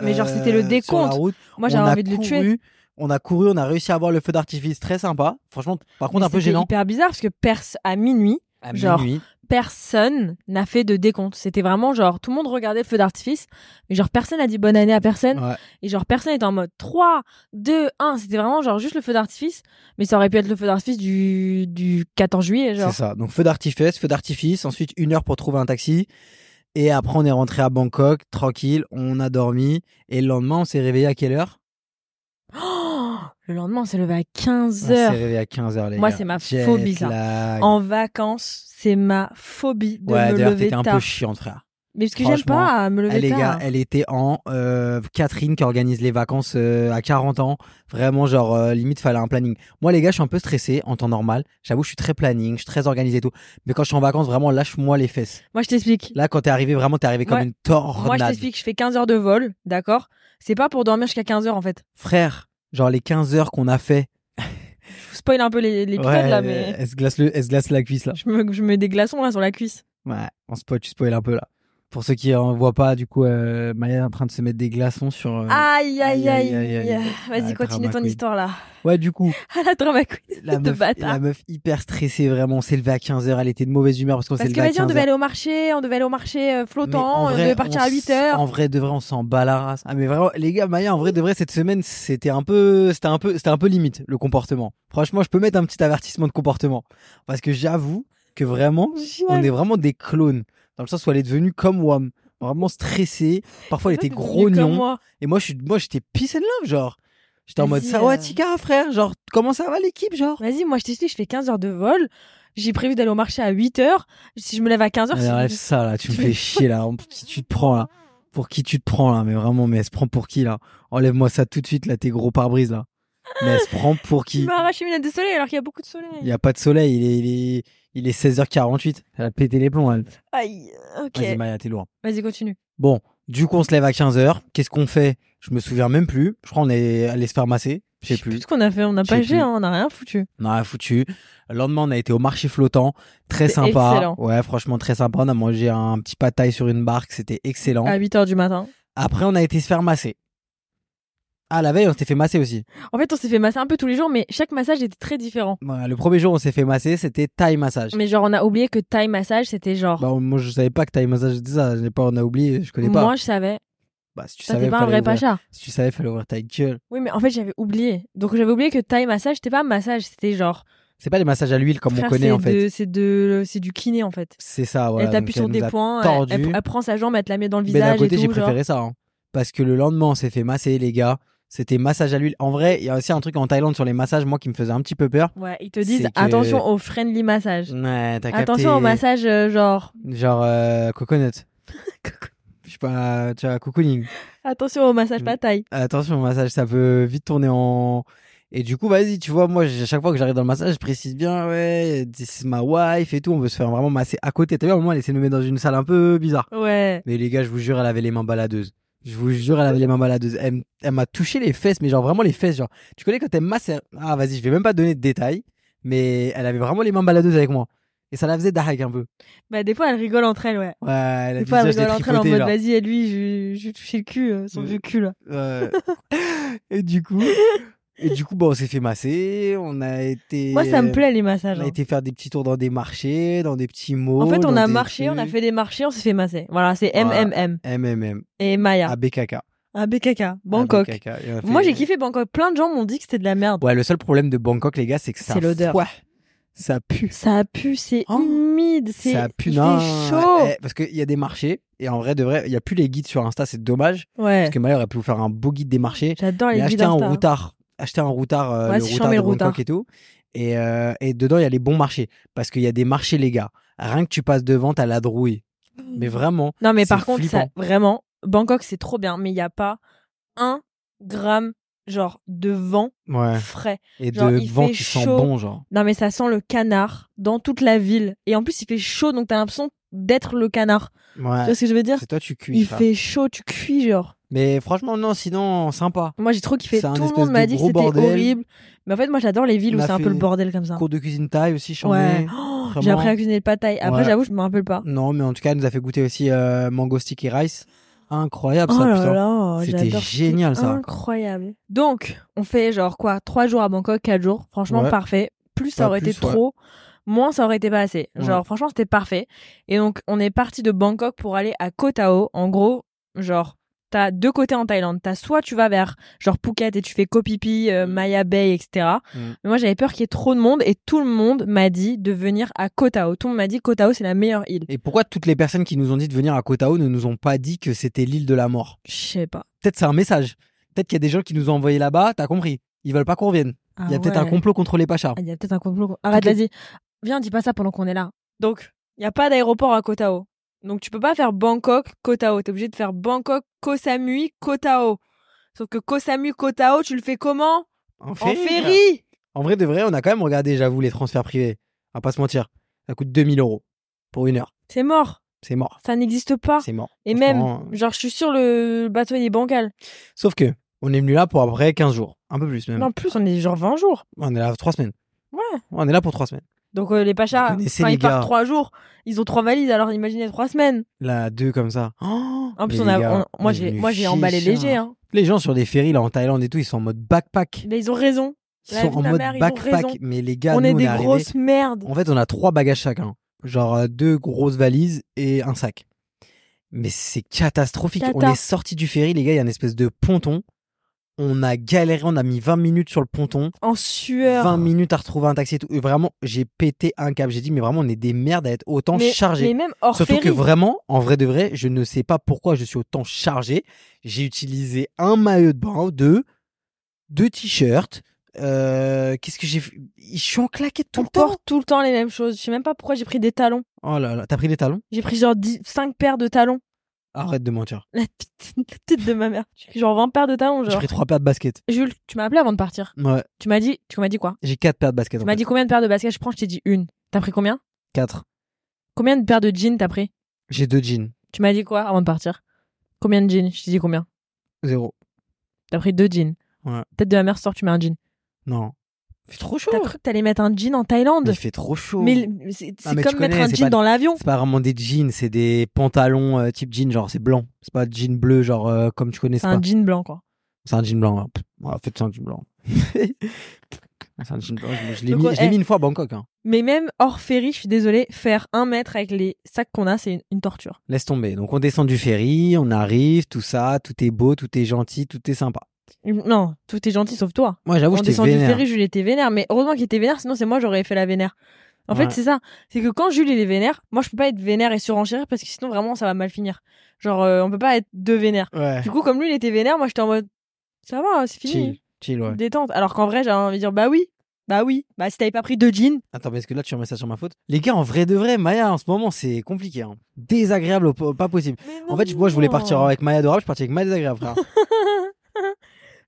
Speaker 3: Mais genre, c'était le
Speaker 2: euh, sur la
Speaker 3: décompte.
Speaker 2: route.
Speaker 3: Moi
Speaker 2: On
Speaker 3: j'avais
Speaker 2: a
Speaker 3: envie de le tuer.
Speaker 2: couru, On a couru, on a réussi à avoir le feu d'artifice très sympa. Franchement, par contre,
Speaker 3: Mais
Speaker 2: un peu
Speaker 3: C'était
Speaker 2: gênant.
Speaker 3: hyper bizarre parce que perse à minuit,
Speaker 2: À
Speaker 3: genre,
Speaker 2: minuit.
Speaker 3: personne n'a fait de décompte. C'était vraiment genre tout le monde regardait le feu d'artifice, mais genre personne n'a dit bonne année à personne.
Speaker 2: Ouais.
Speaker 3: Et genre, personne était en mode 3, 2, 1. C'était vraiment genre juste le feu d'artifice. Mais ça aurait pu être le feu d'artifice du, du 14 juillet, genre.
Speaker 2: C'est ça. Donc feu d'artifice, feu d'artifice, ensuite une heure pour trouver un taxi. Et après, on est rentré à Bangkok, tranquille, on a dormi. Et le lendemain, on s'est réveillé à quelle heure
Speaker 3: Oh, le lendemain, on s'est levé à
Speaker 2: On s'est
Speaker 3: 15h.
Speaker 2: réveillé à 15h, les
Speaker 3: Moi,
Speaker 2: gars.
Speaker 3: c'est ma
Speaker 2: Jet
Speaker 3: phobie, ça.
Speaker 2: lag.
Speaker 3: En vacances, c'est ma phobie de
Speaker 2: ouais,
Speaker 3: me
Speaker 2: d'ailleurs,
Speaker 3: lever
Speaker 2: t'étais un
Speaker 3: tard.
Speaker 2: peu chiante, frère.
Speaker 3: mais parce que j'aime
Speaker 2: Franchement,
Speaker 3: pas me lever
Speaker 2: Eh, les
Speaker 3: tard. hein.
Speaker 2: gars, elle était en euh, Catherine qui organise les vacances euh, à 40 ans. Vraiment, genre, euh, limite, fallait un planning. Moi, les gars, je suis un peu stressé en temps normal. J'avoue, je suis très planning, je suis très organisé et tout. Mais quand je suis en vacances, vraiment, lâche-moi les fesses.
Speaker 3: Moi, je t'explique.
Speaker 2: Là, quand t'es arrivé, vraiment, t'es arrivé comme
Speaker 3: Ouais.
Speaker 2: une tornade.
Speaker 3: Moi, je t'explique. Je fais 15 heures de vol, d'accord C'est pas pour dormir jusqu'à 15 heures, en fait.
Speaker 2: frère, genre les 15 heures qu'on a fait.
Speaker 3: Je vous spoil un peu les, les épisodes,
Speaker 2: Ouais,
Speaker 3: là, mais
Speaker 2: elle, se glace le, elle se glace la cuisse là.
Speaker 3: je me, je mets des glaçons, là, sur la cuisse.
Speaker 2: Ouais, on spoil, tu spoil un peu là. Pour ceux qui en voient pas, du coup, euh, Maya est en train de se mettre des glaçons sur. euh,
Speaker 3: Aïe, aïe, aïe,
Speaker 2: aïe, aïe, aïe.
Speaker 3: Vas-y,
Speaker 2: Ah,
Speaker 3: continue
Speaker 2: drama
Speaker 3: ton
Speaker 2: queen.
Speaker 3: histoire là.
Speaker 2: Ouais, du coup,
Speaker 3: Ah la drama queen,
Speaker 2: la
Speaker 3: de
Speaker 2: meuf,
Speaker 3: bâtard.
Speaker 2: la meuf hyper stressée, vraiment. On s'est levé à 15h, elle était de mauvaise humeur parce qu'on s'est
Speaker 3: Parce que
Speaker 2: levé à
Speaker 3: vas-y, on
Speaker 2: 15
Speaker 3: devait
Speaker 2: heures.
Speaker 3: aller au marché, on devait aller au marché euh,
Speaker 2: Mais en
Speaker 3: flottant, on
Speaker 2: vrai,
Speaker 3: devait partir
Speaker 2: on
Speaker 3: à
Speaker 2: s-
Speaker 3: 8 heures.
Speaker 2: En vrai, de vrai, on s'en bat la race. Ah, mais vraiment, les gars, Maya, en vrai, de vrai, cette semaine, c'était un peu, c'était un peu, c'était un peu limite, le comportement. Franchement, je peux mettre un petit avertissement de comportement. Parce que j'avoue que vraiment, on est vraiment des clones. Dans le sens où elle est devenue comme Wam. Vraiment stressée. Parfois, elle était grognon. Et moi, je suis, moi, j'étais peace and love, genre. J'étais en mode,
Speaker 3: Vas-y,
Speaker 2: ça va,
Speaker 3: euh.
Speaker 2: Tika, frère? Genre, comment ça va l'équipe, genre?
Speaker 3: Vas-y, moi je t'explique, je fais 15 heures de vol. J'ai prévu d'aller au marché à 8 heures. Si je me lève à 15 heures,
Speaker 2: Mais Bref,
Speaker 3: c'est...
Speaker 2: ça, là, tu me fais chier, là. Pour qui tu te prends, là? Pour qui tu te prends, là? Mais vraiment, mais elle se prend pour qui, là? Enlève-moi ça tout de suite, là, tes gros pare-brise, là. Mais elle se prend pour
Speaker 3: tu
Speaker 2: qui?
Speaker 3: m'as arraché mes lunettes de soleil alors qu'il y a beaucoup de soleil.
Speaker 2: Il n'y a pas de soleil, il est, il est, il est 16h48. Elle a pété les plombs, elle.
Speaker 3: Aïe, ok.
Speaker 2: Vas-y, Maya, t'es loin.
Speaker 3: Vas-y, continue.
Speaker 2: Bon, du coup, on se lève à 15h. Qu'est-ce qu'on fait? Je me souviens même plus. Je crois qu'on est allé se faire masser. Je sais plus.
Speaker 3: ce qu'on a fait, on n'a
Speaker 2: J'sais
Speaker 3: pas géré,
Speaker 2: plus.
Speaker 3: hein, on n'a rien foutu.
Speaker 2: On a rien foutu. Le lendemain, on a été au marché flottant. Très
Speaker 3: C'était
Speaker 2: sympa.
Speaker 3: excellent.
Speaker 2: Ouais, franchement, très sympa. On a mangé un petit pataille sur une barque. C'était excellent.
Speaker 3: À 8 heures du matin.
Speaker 2: Après, on a été se faire masser. Ah, la veille, on s'était fait masser aussi.
Speaker 3: En fait, on s'est fait masser un peu tous les jours, mais chaque massage était très différent.
Speaker 2: Ouais, le premier jour, on s'est fait masser. C'était Thai massage.
Speaker 3: Mais genre, on a oublié que Thai massage, c'était genre.
Speaker 2: Bah, moi, je savais pas que Thai massage c'était ça. Je n'ai pas, on a oublié. Je connais pas.
Speaker 3: moi, je savais.
Speaker 2: bah, si tu
Speaker 3: Ça,
Speaker 2: savais,
Speaker 3: c'est pas un vrai
Speaker 2: fallait ouvrir-
Speaker 3: pacha.
Speaker 2: Si tu savais, fallait ouvrir ta gueule.
Speaker 3: Oui, mais en fait, j'avais oublié. Donc, j'avais oublié que Thai massage, c'était pas un massage, c'était genre.
Speaker 2: C'est pas les massages à l'huile comme
Speaker 3: frère,
Speaker 2: on connaît,
Speaker 3: c'est
Speaker 2: en fait.
Speaker 3: de- C'est de, c'est du kiné, en fait.
Speaker 2: C'est ça, voilà.
Speaker 3: elle t'appuie sur
Speaker 2: Donc, nous
Speaker 3: des
Speaker 2: a
Speaker 3: points, elle-
Speaker 2: tordu.
Speaker 3: elle, elle prend sa jambe, elle te la met dans le
Speaker 2: Mais Ben, d'un
Speaker 3: visage
Speaker 2: côté,
Speaker 3: et
Speaker 2: j'ai
Speaker 3: tout. genre.
Speaker 2: préféré ça. hein. Parce que le lendemain, on s'est fait masser, les gars. C'était massage à l'huile. En vrai, il y a aussi un truc en Thaïlande sur les massages, moi, qui me faisait un petit peu peur.
Speaker 3: Ouais, ils te disent
Speaker 2: C'est que-
Speaker 3: attention au friendly massage.
Speaker 2: Ouais, t'as capté.
Speaker 3: Attention au massage euh, genre
Speaker 2: Genre, euh, coconut. Je sais pas, tu vois, cocooning.
Speaker 3: attention au massage
Speaker 2: Mm.
Speaker 3: pataille.
Speaker 2: Attention au massage, ça peut vite tourner en. Et du coup, vas-y, tu vois, moi, j'ai- à chaque fois que j'arrive dans le massage, je précise bien, ouais, this is my wife et tout. On veut se faire vraiment masser à côté. T'as vu, à un moment, elle essaie de nous mettre dans une salle un peu bizarre.
Speaker 3: Ouais.
Speaker 2: Mais les gars, je vous jure, elle avait les mains baladeuses. Je vous jure, elle avait les mains baladeuses. Elle, m- elle m'a touché les fesses, mais genre vraiment les fesses. Genre, tu connais quand elle masse. elle- Ah, vas-y, je vais même pas donner de détails, mais elle avait vraiment les mains baladeuses avec moi. Et ça la faisait dahag un peu.
Speaker 3: Bah des fois elle rigole entre elles ouais.
Speaker 2: Ouais, elle a
Speaker 3: Des
Speaker 2: dit
Speaker 3: fois
Speaker 2: ça,
Speaker 3: elle
Speaker 2: je l'ai
Speaker 3: rigole entre elles en
Speaker 2: tripoté,
Speaker 3: mode
Speaker 2: genre.
Speaker 3: vas-y et lui je je vais toucher le cul euh, son
Speaker 2: Euh.
Speaker 3: vieux cul là.
Speaker 2: Ouais. et du coup, et du coup, bah, on s'est fait masser. On a été.
Speaker 3: Moi ça me plaît les
Speaker 2: euh, On
Speaker 3: massages.
Speaker 2: a
Speaker 3: hein.
Speaker 2: été faire des petits tours dans des marchés, Oh, dans des petits mots.
Speaker 3: En fait on a marché, on a fait des marchés, on s'est fait masser. Voilà, c'est
Speaker 2: Voilà. Ah.
Speaker 3: MMM
Speaker 2: MMM,
Speaker 3: et Maya.
Speaker 2: ABKK.
Speaker 3: Un BKK, Bangkok.
Speaker 2: ABKK, et on a fait-
Speaker 3: Moi j'ai kiffé Bangkok, plein de gens m'ont dit que c'était de la merde.
Speaker 2: Ouais, le seul problème de Bangkok, les gars, c'est que ça.
Speaker 3: C'est l'odeur.
Speaker 2: Ouais, ça pue.
Speaker 3: Ça a pu, c'est
Speaker 2: Oh.
Speaker 3: humide, c'est
Speaker 2: ça pue,
Speaker 3: il fait
Speaker 2: non.
Speaker 3: chaud.
Speaker 2: Eh, parce qu'il y a des marchés, et en vrai, de vrai, il n'y a plus les guides sur Insta, c'est dommage.
Speaker 3: Ouais.
Speaker 2: Parce que Maya aurait pu vous faire un beau guide des marchés.
Speaker 3: J'adore
Speaker 2: Mais
Speaker 3: les guides
Speaker 2: acheter un
Speaker 3: Insta.
Speaker 2: routard, acheter un routard, euh,
Speaker 3: Ouais,
Speaker 2: le
Speaker 3: c'est
Speaker 2: routard
Speaker 3: chiant, mais
Speaker 2: de
Speaker 3: le routard.
Speaker 2: Bangkok et tout. Et, euh, et dedans, il y a les bons marchés. Parce qu'il y a des marchés, les gars. Rien que tu passes devant, t'as la drouille.
Speaker 3: Mmh.
Speaker 2: Mais vraiment.
Speaker 3: Non, mais
Speaker 2: c'est
Speaker 3: par contre, ça,
Speaker 2: flippant.
Speaker 3: vraiment, Bangkok, c'est trop bien, mais il n'y a pas un gramme, genre, de vent
Speaker 2: Ouais.
Speaker 3: frais.
Speaker 2: Et
Speaker 3: Genre,
Speaker 2: de
Speaker 3: il
Speaker 2: vent
Speaker 3: fait
Speaker 2: qui sent
Speaker 3: chaud.
Speaker 2: bon, genre.
Speaker 3: Non, mais ça sent le canard dans toute la ville. Et en plus, il fait chaud, donc t'as l'impression d'être le canard. Tu
Speaker 2: Ouais.
Speaker 3: vois ce que je veux dire
Speaker 2: C'est toi, tu cuis.
Speaker 3: Il
Speaker 2: ça.
Speaker 3: fait chaud, tu cuis, genre.
Speaker 2: Mais franchement, non, sinon, sympa.
Speaker 3: Moi, j'ai trop kiffé.
Speaker 2: C'est un
Speaker 3: Tout le
Speaker 2: espèce
Speaker 3: monde
Speaker 2: de
Speaker 3: m'a dit que
Speaker 2: gros
Speaker 3: c'était
Speaker 2: bordel.
Speaker 3: horrible. Mais en fait, moi, j'adore les villes
Speaker 2: On
Speaker 3: où
Speaker 2: a
Speaker 3: c'est un
Speaker 2: fait
Speaker 3: peu le bordel comme ça.
Speaker 2: Cours de cuisine thaï aussi, j'en
Speaker 3: Ouais.
Speaker 2: ai.
Speaker 3: Oh,
Speaker 2: Vraiment.
Speaker 3: j'ai appris à cuisiner le pad thai. Après,
Speaker 2: Ouais.
Speaker 3: j'avoue, je me rappelle pas.
Speaker 2: Non, mais en tout cas, elle nous a fait goûter aussi euh, mango sticky rice. Incroyable
Speaker 3: Oh
Speaker 2: ça,
Speaker 3: là
Speaker 2: putain.
Speaker 3: là,
Speaker 2: C'était
Speaker 3: j'adore,
Speaker 2: génial, ça.
Speaker 3: Incroyable. Donc, on fait genre quoi Trois jours à Bangkok, quatre jours. Franchement,
Speaker 2: Ouais.
Speaker 3: parfait. Plus ça
Speaker 2: Pas
Speaker 3: aurait été
Speaker 2: plus, ouais.
Speaker 3: trop, moins ça aurait été pas assez.
Speaker 2: Ouais.
Speaker 3: Genre, franchement, c'était parfait. Et donc, on est parti de Bangkok pour aller à Koh Tao. En gros, genre, t'as deux côtés en Thaïlande. T'as soit tu vas vers genre Phuket et tu fais Koh Phi Phi, euh, Maya Bay, etc.
Speaker 2: Mm.
Speaker 3: Mais moi, j'avais peur qu'il y ait trop de monde et tout le monde m'a dit de venir à Koh Tao. Tout le monde m'a dit Koh Tao, c'est la meilleure île.
Speaker 2: Et pourquoi toutes les personnes qui nous ont dit de venir à Koh Tao ne nous ont pas dit que c'était l'île de la mort
Speaker 3: Je sais pas.
Speaker 2: Peut-être c'est un message. Peut-être qu'il y a des gens qui nous ont envoyés là-bas, t'as compris. Ils veulent pas qu'on revienne.
Speaker 3: Ah
Speaker 2: Il y a peut-être un
Speaker 3: ouais.
Speaker 2: complot contre les Pachas.
Speaker 3: Ah, Il y a peut-être un complot. Arrête,
Speaker 2: Toutes
Speaker 3: vas-y. Viens, dis pas ça pendant qu'on est là. Donc, il n'y a pas d'aéroport à Koh Tao. Donc, tu peux pas faire Bangkok, Koh Tao. T'es obligé de faire Bangkok, Koh Samui, Koh Tao. Sauf que Koh Samui, Koh Tao, tu le fais comment
Speaker 2: En
Speaker 3: En euh, ferry
Speaker 2: En vrai de vrai, on a quand même regardé, j'avoue, les transferts privés. On va pas se mentir. Ça coûte 2000 euros pour une heure.
Speaker 3: C'est mort.
Speaker 2: C'est mort.
Speaker 3: Ça n'existe pas.
Speaker 2: C'est mort.
Speaker 3: Et même,
Speaker 2: Franchement, euh,
Speaker 3: genre, je suis sûr, le bateau, il est bancal.
Speaker 2: Sauf que, on est venu là pour après 15 jours. Un peu plus même.
Speaker 3: Non, en plus, on est genre 20 jours.
Speaker 2: On est là 3 semaines.
Speaker 3: Ouais.
Speaker 2: On est là pour 3 semaines.
Speaker 3: Donc euh, les Pachas,
Speaker 2: Vous connaissez
Speaker 3: quand
Speaker 2: les
Speaker 3: ils
Speaker 2: gars.
Speaker 3: partent trois jours, ils ont trois valises, alors imaginez trois semaines.
Speaker 2: La deux comme ça. Oh,
Speaker 3: En plus,
Speaker 2: les
Speaker 3: on a,
Speaker 2: gars,
Speaker 3: on- moi
Speaker 2: on est
Speaker 3: j'ai
Speaker 2: venus
Speaker 3: moi j'ai emballé
Speaker 2: chier,
Speaker 3: léger.
Speaker 2: hein.
Speaker 3: Hein.
Speaker 2: Les gens sur des ferries là en Thaïlande et tout, ils sont en mode backpack.
Speaker 3: Mais ils ont raison.
Speaker 2: Ils
Speaker 3: La
Speaker 2: sont
Speaker 3: vie
Speaker 2: en
Speaker 3: de ma
Speaker 2: mode
Speaker 3: mère, ils ont raison.
Speaker 2: backpack. Mais les gars,
Speaker 3: on
Speaker 2: nous,
Speaker 3: est
Speaker 2: on
Speaker 3: des
Speaker 2: est arrivés-
Speaker 3: grosses merdes.
Speaker 2: En fait, on a trois bagages chacun. Genre euh, deux grosses valises et un sac. Mais c'est catastrophique.
Speaker 3: Cata.
Speaker 2: On est sorti du ferry, les gars, il y a une espèce de ponton. On a galéré, on a mis 20 minutes sur le ponton.
Speaker 3: En sueur.
Speaker 2: 20 minutes à retrouver un taxi et tout. Et vraiment, j'ai pété un câble. J'ai dit, mais vraiment, on est des merdes à être autant
Speaker 3: mais,
Speaker 2: chargés.
Speaker 3: mais même hors
Speaker 2: Surtout
Speaker 3: ferry.
Speaker 2: que vraiment, en vrai de vrai, je ne sais pas pourquoi je suis autant chargé. J'ai utilisé un maillot de bain, deux, deux t-shirts. Euh, Qu'est-ce que j'ai fait Je suis en claquette tout
Speaker 3: on
Speaker 2: le temps.
Speaker 3: porte tout le temps les mêmes choses. Je sais même pas pourquoi j'ai pris des talons.
Speaker 2: Oh là là, t'as pris des talons
Speaker 3: J'ai pris genre 10 5 paires de talons.
Speaker 2: Arrête de mentir.
Speaker 3: La petite, la petite de ma mère. J'ai pris genre 20 paires de talons.
Speaker 2: J'ai
Speaker 3: Genre.
Speaker 2: pris trois paires de baskets.
Speaker 3: Jules, tu m'as appelé avant de partir.
Speaker 2: Ouais,
Speaker 3: Tu m'as dit, tu m'as dit quoi
Speaker 2: j'ai quatre paires de baskets.
Speaker 3: Tu
Speaker 2: en
Speaker 3: m'as
Speaker 2: fait.
Speaker 3: dit combien de paires de baskets je prends Je t'ai dit une. T'as pris combien
Speaker 2: quatre.
Speaker 3: Combien de paires de jeans t'as pris
Speaker 2: J'ai deux jeans.
Speaker 3: Tu m'as dit quoi avant de partir Combien de jeans Je t'ai dit combien
Speaker 2: Zéro.
Speaker 3: T'as pris deux jeans.
Speaker 2: Ouais.
Speaker 3: Tête de la mère sort, tu mets un jean.
Speaker 2: Non. Il fait trop chaud.
Speaker 3: T'as cru que t'allais mettre un jean en Thaïlande
Speaker 2: Mais il fait trop chaud.
Speaker 3: Mais l- c'est
Speaker 2: Ah,
Speaker 3: c'est
Speaker 2: mais tu
Speaker 3: comme mettre
Speaker 2: connais,
Speaker 3: un
Speaker 2: c'est
Speaker 3: jean
Speaker 2: pas-
Speaker 3: dans l'avion.
Speaker 2: C'est pas vraiment des jeans, c'est des pantalons euh, type jean, genre c'est blanc. C'est pas jean bleu, genre euh, comme tu connais.
Speaker 3: C'est
Speaker 2: pas.
Speaker 3: un jean blanc, quoi.
Speaker 2: C'est un jean blanc. ouais. Pff, ouais, en fait, c'est un jean blanc. c'est un jean blanc. Je, je l'ai
Speaker 3: Donc,
Speaker 2: mis,
Speaker 3: ouais,
Speaker 2: je l'ai
Speaker 3: eh.
Speaker 2: mis une fois à Bangkok. hein.
Speaker 3: Mais même hors ferry, je suis désolée, faire un mètre avec les sacs qu'on a, c'est une, une torture.
Speaker 2: Laisse tomber. Donc, on descend du ferry, on arrive, tout ça, tout est beau, tout est gentil, tout est sympa.
Speaker 3: Non, tout est gentil sauf toi.
Speaker 2: Moi,
Speaker 3: On
Speaker 2: j'avoue, Ah j'étais
Speaker 3: descend du
Speaker 2: vénère.
Speaker 3: ferry, Jules était vénère. Mais heureusement qu'il était vénère, sinon c'est moi, j'aurais fait la vénère. En
Speaker 2: Ouais.
Speaker 3: fait, c'est ça. C'est que quand Jules, il est vénère, moi, je peux pas être vénère et surenchérir parce que sinon, vraiment, ça va mal finir. Genre, euh, on peut pas être deux vénères.
Speaker 2: Ouais.
Speaker 3: Du coup, comme lui, il était vénère, moi, j'étais en mode, ça va, c'est
Speaker 2: Chill,
Speaker 3: fini.
Speaker 2: chill, ouais.
Speaker 3: Détente. Alors qu'en vrai, j'avais envie de dire, bah oui, bah oui, bah si t'avais pas pris deux jeans,
Speaker 2: Attends, parce que là, tu remets ça sur ma faute. Les gars, en vrai de vrai, Maya, en ce moment, c'est compliqué. hein. Désagréable, au- au- pas possible. En fait, moi, je voulais partir avec Maya adorable, je suis parti avec Maya désagréable, frère.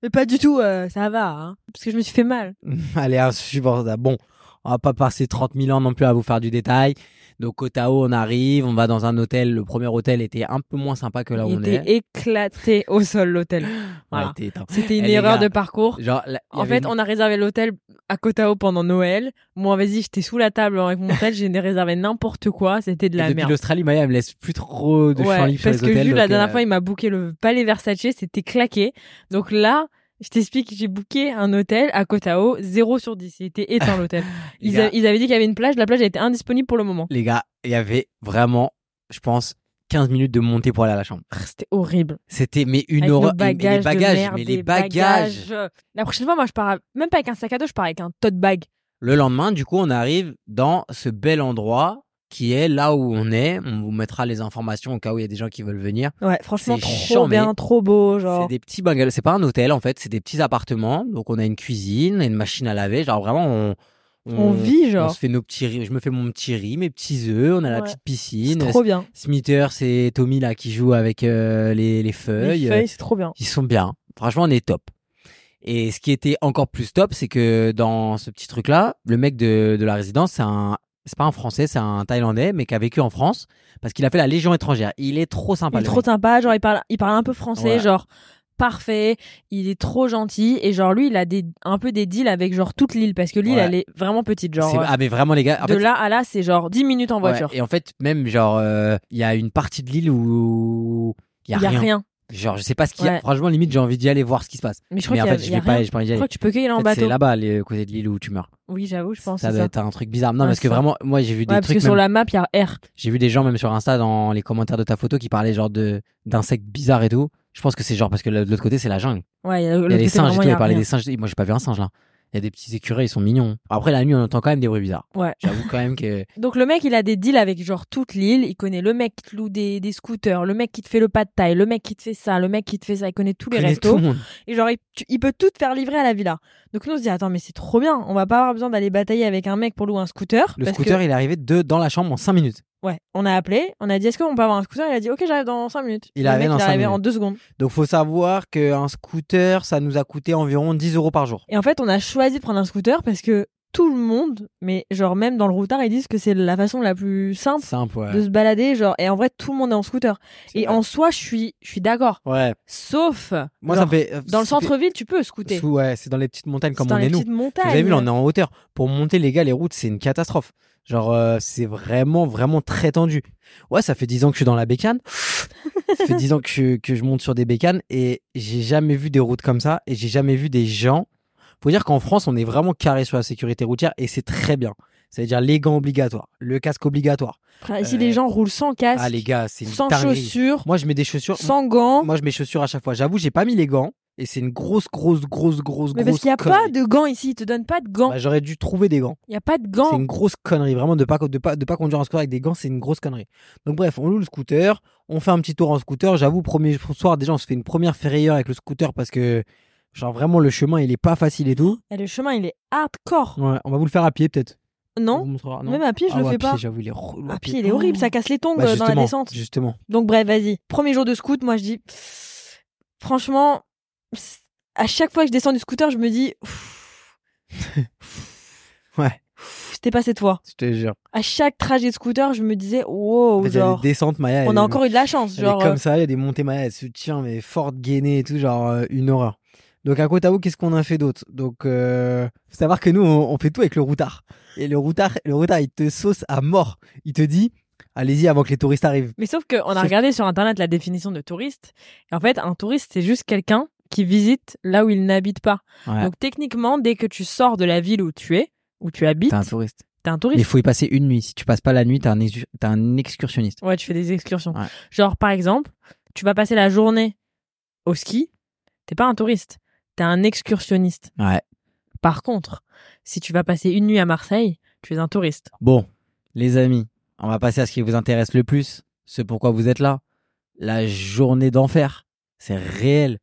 Speaker 3: Mais pas du tout, euh, ça va, hein. Parce que je me suis fait mal.
Speaker 2: Elle est insupportable. Bon, on va pas passer 30 000 ans non plus à vous faire du détail. Donc, au Tao, on arrive, on va dans un hôtel. Le premier hôtel était un peu moins sympa que là où
Speaker 3: il
Speaker 2: on
Speaker 3: était
Speaker 2: est.
Speaker 3: éclaté au sol, l'hôtel. Voilà.
Speaker 2: Ouais, t'es- t'as-
Speaker 3: C'était une
Speaker 2: Eh, les
Speaker 3: erreur
Speaker 2: gars,
Speaker 3: de parcours.
Speaker 2: Genre, là, il y
Speaker 3: En
Speaker 2: avait
Speaker 3: fait,
Speaker 2: une-
Speaker 3: on a réservé l'hôtel à Kotao pendant Noël. Moi, vas-y, j'étais sous la table avec mon hôtel, j'ai réservé n'importe quoi, c'était de
Speaker 2: Et
Speaker 3: la
Speaker 2: depuis
Speaker 3: merde.
Speaker 2: l'Australie, Maya elle me laisse plus trop de champ
Speaker 3: ouais,
Speaker 2: libre sur
Speaker 3: parce
Speaker 2: les
Speaker 3: que
Speaker 2: hôtels.
Speaker 3: Jules, la
Speaker 2: donc, euh,
Speaker 3: dernière fois, il m'a booké le Palais Versace, c'était claqué. Donc là, je t'explique, j'ai booké un hôtel à Kotao, 0 sur 10. Il était éteint l'hôtel.
Speaker 2: les
Speaker 3: Ils,
Speaker 2: gars-
Speaker 3: a- ils avaient dit qu'il y avait une plage, la plage était indisponible pour le moment.
Speaker 2: les gars, il y avait vraiment, je pense, 15 minutes de montée pour aller à la chambre.
Speaker 3: Pff, C'était horrible.
Speaker 2: C'était mais une
Speaker 3: Avec nos
Speaker 2: horreur. mais
Speaker 3: bagages
Speaker 2: les
Speaker 3: de
Speaker 2: bagages,
Speaker 3: merde,
Speaker 2: mais les
Speaker 3: des
Speaker 2: bagages.
Speaker 3: bagages. La prochaine fois, moi, je pars même pas avec un sac à dos, je pars avec un tote bag.
Speaker 2: Le lendemain, du coup, on arrive dans ce bel endroit qui est là où on est. On vous mettra les informations au cas où il y a des gens qui veulent venir.
Speaker 3: Ouais, franchement,
Speaker 2: C'est
Speaker 3: trop
Speaker 2: chiant, mais
Speaker 3: bien, trop beau,
Speaker 2: C'est
Speaker 3: genre.
Speaker 2: des petits bungalows. C'est pas un hôtel en fait, c'est des petits appartements. Donc on a une cuisine, une machine à laver. Genre vraiment, on,
Speaker 3: On vit, genre.
Speaker 2: On se fait nos petits riz. Je me fais mon petit riz, mes petits œufs. On a la
Speaker 3: Ouais.
Speaker 2: petite
Speaker 3: C'est
Speaker 2: piscine.
Speaker 3: trop bien.
Speaker 2: Smithers c'est Tommy là qui joue avec euh, les, les feuilles.
Speaker 3: Les feuilles, c'est trop bien.
Speaker 2: Ils sont bien. Franchement, on est top. Et ce qui était encore plus top, c'est que dans ce petit truc là, le mec de, de la résidence, c'est un c'est pas un français, c'est un thaïlandais, mais qui a vécu en France parce qu'il a fait la Légion étrangère. Il est trop sympa.
Speaker 3: Il est
Speaker 2: le
Speaker 3: trop
Speaker 2: mec.
Speaker 3: sympa, genre il parle, il parle un peu français,
Speaker 2: Ouais.
Speaker 3: genre parfait, il est trop gentil et genre lui il a des, un peu des deals avec genre toute l'île parce que l'île
Speaker 2: Ouais.
Speaker 3: elle est vraiment petite, genre
Speaker 2: C'est-
Speaker 3: euh,
Speaker 2: ah mais vraiment les gars. en
Speaker 3: de
Speaker 2: fait,
Speaker 3: là à là c'est genre 10 minutes en
Speaker 2: ouais,
Speaker 3: voiture.
Speaker 2: et en fait, même genre, euh, il y a une partie de l'île où il y a,
Speaker 3: Il y a
Speaker 2: rien.
Speaker 3: rien.
Speaker 2: Genre, je sais pas ce qu'il y a.
Speaker 3: Ouais.
Speaker 2: Franchement, limite, j'ai envie d'y aller voir ce qui se passe.
Speaker 3: Mais je crois
Speaker 2: Mais en
Speaker 3: qu'il y a-
Speaker 2: fait, je
Speaker 3: il y a
Speaker 2: vais pas,
Speaker 3: rien.
Speaker 2: j'ai pas envie d'y
Speaker 3: Je
Speaker 2: aller.
Speaker 3: crois que tu peux cueillir
Speaker 2: En
Speaker 3: en
Speaker 2: fait,
Speaker 3: bateau.
Speaker 2: c'est là-bas, les côtés de l'île où tu meurs.
Speaker 3: Oui, j'avoue, je pense.
Speaker 2: Ça
Speaker 3: c'est
Speaker 2: doit
Speaker 3: ça.
Speaker 2: être un truc bizarre. Non,
Speaker 3: Ouais,
Speaker 2: parce que
Speaker 3: c'est ça.
Speaker 2: vraiment, moi, j'ai vu
Speaker 3: Ouais,
Speaker 2: des
Speaker 3: parce que
Speaker 2: trucs.
Speaker 3: sur
Speaker 2: même-
Speaker 3: la map il y a R.
Speaker 2: J'ai vu des gens même sur Insta dans les commentaires de ta photo qui parlaient genre de d'insectes bizarres et tout. Je pense que c'est genre parce que le- de l'autre côté c'est la jungle.
Speaker 3: Ouais, il y a, le
Speaker 2: Il y a
Speaker 3: côté
Speaker 2: des singes et
Speaker 3: vraiment,
Speaker 2: tout.
Speaker 3: il y a
Speaker 2: Ils parlaient
Speaker 3: rien.
Speaker 2: des singes. Moi j'ai pas vu un singe là. Il y a des petits écureuils, ils sont mignons. Après la nuit on entend quand même des bruits bizarres.
Speaker 3: Ouais.
Speaker 2: J'avoue quand même que
Speaker 3: Donc le mec, il a des deals avec genre toute l'île. Il connaît le mec qui te loue des, des scooters, le mec qui te fait le pas de taille, le mec qui te fait ça, le mec qui te fait ça. Il connaît tous les
Speaker 2: connaît
Speaker 3: restos.
Speaker 2: tout le monde.
Speaker 3: Et genre, il, tu- il peut tout te faire livrer à la villa. Donc nous, on se dit, attends, mais c'est trop bien. On va pas avoir besoin d'aller batailler avec un mec pour louer un scooter.
Speaker 2: Le
Speaker 3: parce
Speaker 2: scooter
Speaker 3: que-
Speaker 2: il est arrivé de dans la chambre en 5 minutes.
Speaker 3: Ouais, on a appelé. On a dit, est-ce qu'on peut avoir un scooter Il a dit, ok, j'arrive dans 5 minutes.
Speaker 2: Il
Speaker 3: Le
Speaker 2: arrivait
Speaker 3: mec,
Speaker 2: dans
Speaker 3: il
Speaker 2: cinq
Speaker 3: arrivait en
Speaker 2: minutes.
Speaker 3: 2 secondes.
Speaker 2: Donc faut savoir qu'un scooter ça nous a coûté environ 10 euros par jour.
Speaker 3: Et en fait, on a choisi de prendre un scooter parce que tout le monde, mais genre même dans le routard, ils disent que c'est la façon la plus simple
Speaker 2: Simple, ouais.
Speaker 3: de se balader, genre et en vrai tout le monde est en scooter.
Speaker 2: C'est
Speaker 3: Et
Speaker 2: vrai.
Speaker 3: en soi, je suis, je suis d'accord.
Speaker 2: Ouais.
Speaker 3: Sauf
Speaker 2: Moi, ça
Speaker 3: genre,
Speaker 2: me fait. euh,
Speaker 3: dans le
Speaker 2: ça me fait-
Speaker 3: centre-ville, tu peux scooter.
Speaker 2: sous- Ouais, c'est dans les petites montagnes comme
Speaker 3: C'est dans
Speaker 2: on
Speaker 3: les
Speaker 2: est nous.
Speaker 3: petites montagnes.
Speaker 2: Vous avez vu, là, on est en hauteur. Pour monter, les gars, les routes, c'est une catastrophe. Genre, euh, c'est vraiment, vraiment très tendu. Ouais, ça fait 10 ans que je suis dans la bécane. ça fait 10 ans que je, que je monte sur des bécanes et j'ai jamais vu des routes comme ça et j'ai jamais vu des gens. Faut dire qu'en France, on est vraiment carré sur la sécurité routière et c'est très bien. C'est-à-dire les gants obligatoires, le casque obligatoire.
Speaker 3: Enfin, si
Speaker 2: Euh,
Speaker 3: les gens roulent sans casque,
Speaker 2: Ah, les gars, c'est une
Speaker 3: sans
Speaker 2: dinguerie.
Speaker 3: chaussures,
Speaker 2: Moi, je mets des chaussures.
Speaker 3: sans gants,
Speaker 2: Moi, je mets chaussures à chaque fois. J'avoue, j'ai pas mis les gants et c'est une grosse, grosse, grosse, grosse,
Speaker 3: mais
Speaker 2: grosse.
Speaker 3: parce qu'il n'y a
Speaker 2: connerie.
Speaker 3: pas de gants ici, ils te donnent pas de gants.
Speaker 2: Bah, J'aurais dû trouver des gants.
Speaker 3: Il n'y a pas de
Speaker 2: C'est
Speaker 3: gants.
Speaker 2: une grosse connerie, vraiment, de pas, de pas, de pas conduire en scooter avec des gants, c'est une grosse connerie. Donc, bref, on loue le scooter, on fait un petit tour en scooter. J'avoue, premier soir, déjà, on se fait une première ferrailleur avec le scooter parce que, genre, vraiment, le chemin, il est pas facile et tout.
Speaker 3: Et le chemin, il est hardcore.
Speaker 2: Ouais, on va vous le faire à pied, peut-être. On
Speaker 3: Non,
Speaker 2: vous montrera, non
Speaker 3: même à pied, je
Speaker 2: Ah
Speaker 3: le
Speaker 2: ouais,
Speaker 3: fais
Speaker 2: à pied,
Speaker 3: pas.
Speaker 2: J'avoue, il est relou.
Speaker 3: À pied, il est horrible, ça casse les tongs
Speaker 2: Bah,
Speaker 3: euh, dans la
Speaker 2: justement,
Speaker 3: descente.
Speaker 2: Justement.
Speaker 3: Donc bref, vas-y. Premier jour de scoot, moi je dis, pff, franchement, pff, à chaque fois que je descends du scooter, je me dis, pff,
Speaker 2: Ouais,
Speaker 3: pff, c'était pas cette fois.
Speaker 2: je te jure.
Speaker 3: À chaque trajet de scooter, je me disais, wow,
Speaker 2: En fait, il y a
Speaker 3: genre,
Speaker 2: des descentes, Maya.
Speaker 3: on
Speaker 2: elle
Speaker 3: a
Speaker 2: est-
Speaker 3: encore eu de la chance,
Speaker 2: elle est
Speaker 3: genre.
Speaker 4: euh,
Speaker 2: comme ça, il y a des montées, Maya, elle se tient, mais forte, gainée et tout, genre, euh, une horreur. Donc, à côté à vous, qu'est-ce qu'on a fait d'autre Donc, euh, faut savoir que nous, on, on fait tout avec le routard. Et le routard, le routard, il te sauce à mort. Il te dit, allez-y avant que les touristes arrivent.
Speaker 4: Mais sauf qu'on a
Speaker 2: Sauf-
Speaker 4: regardé sur internet la définition de touriste. Et en fait, un touriste, c'est juste quelqu'un qui visite là où il n'habite pas.
Speaker 2: Ouais.
Speaker 4: Donc techniquement, dès que tu sors de la ville où tu es, où tu habites,
Speaker 2: T'es un touriste.
Speaker 4: t'es un
Speaker 2: Mais
Speaker 4: touriste.
Speaker 2: faut y passer une nuit. Si tu passes pas la nuit, t'es un, ex- t'es un excursionniste.
Speaker 4: Ouais, tu fais des excursions.
Speaker 2: Ouais.
Speaker 4: Genre, par exemple, tu vas passer la journée au ski, t'es pas un touriste, t'es un excursionniste.
Speaker 2: Ouais.
Speaker 4: Par contre, si tu vas passer une nuit à Marseille, tu es un touriste.
Speaker 2: Bon, les amis, on va passer à ce qui vous intéresse le plus, ce pourquoi vous êtes là. La journée d'enfer, c'est réel.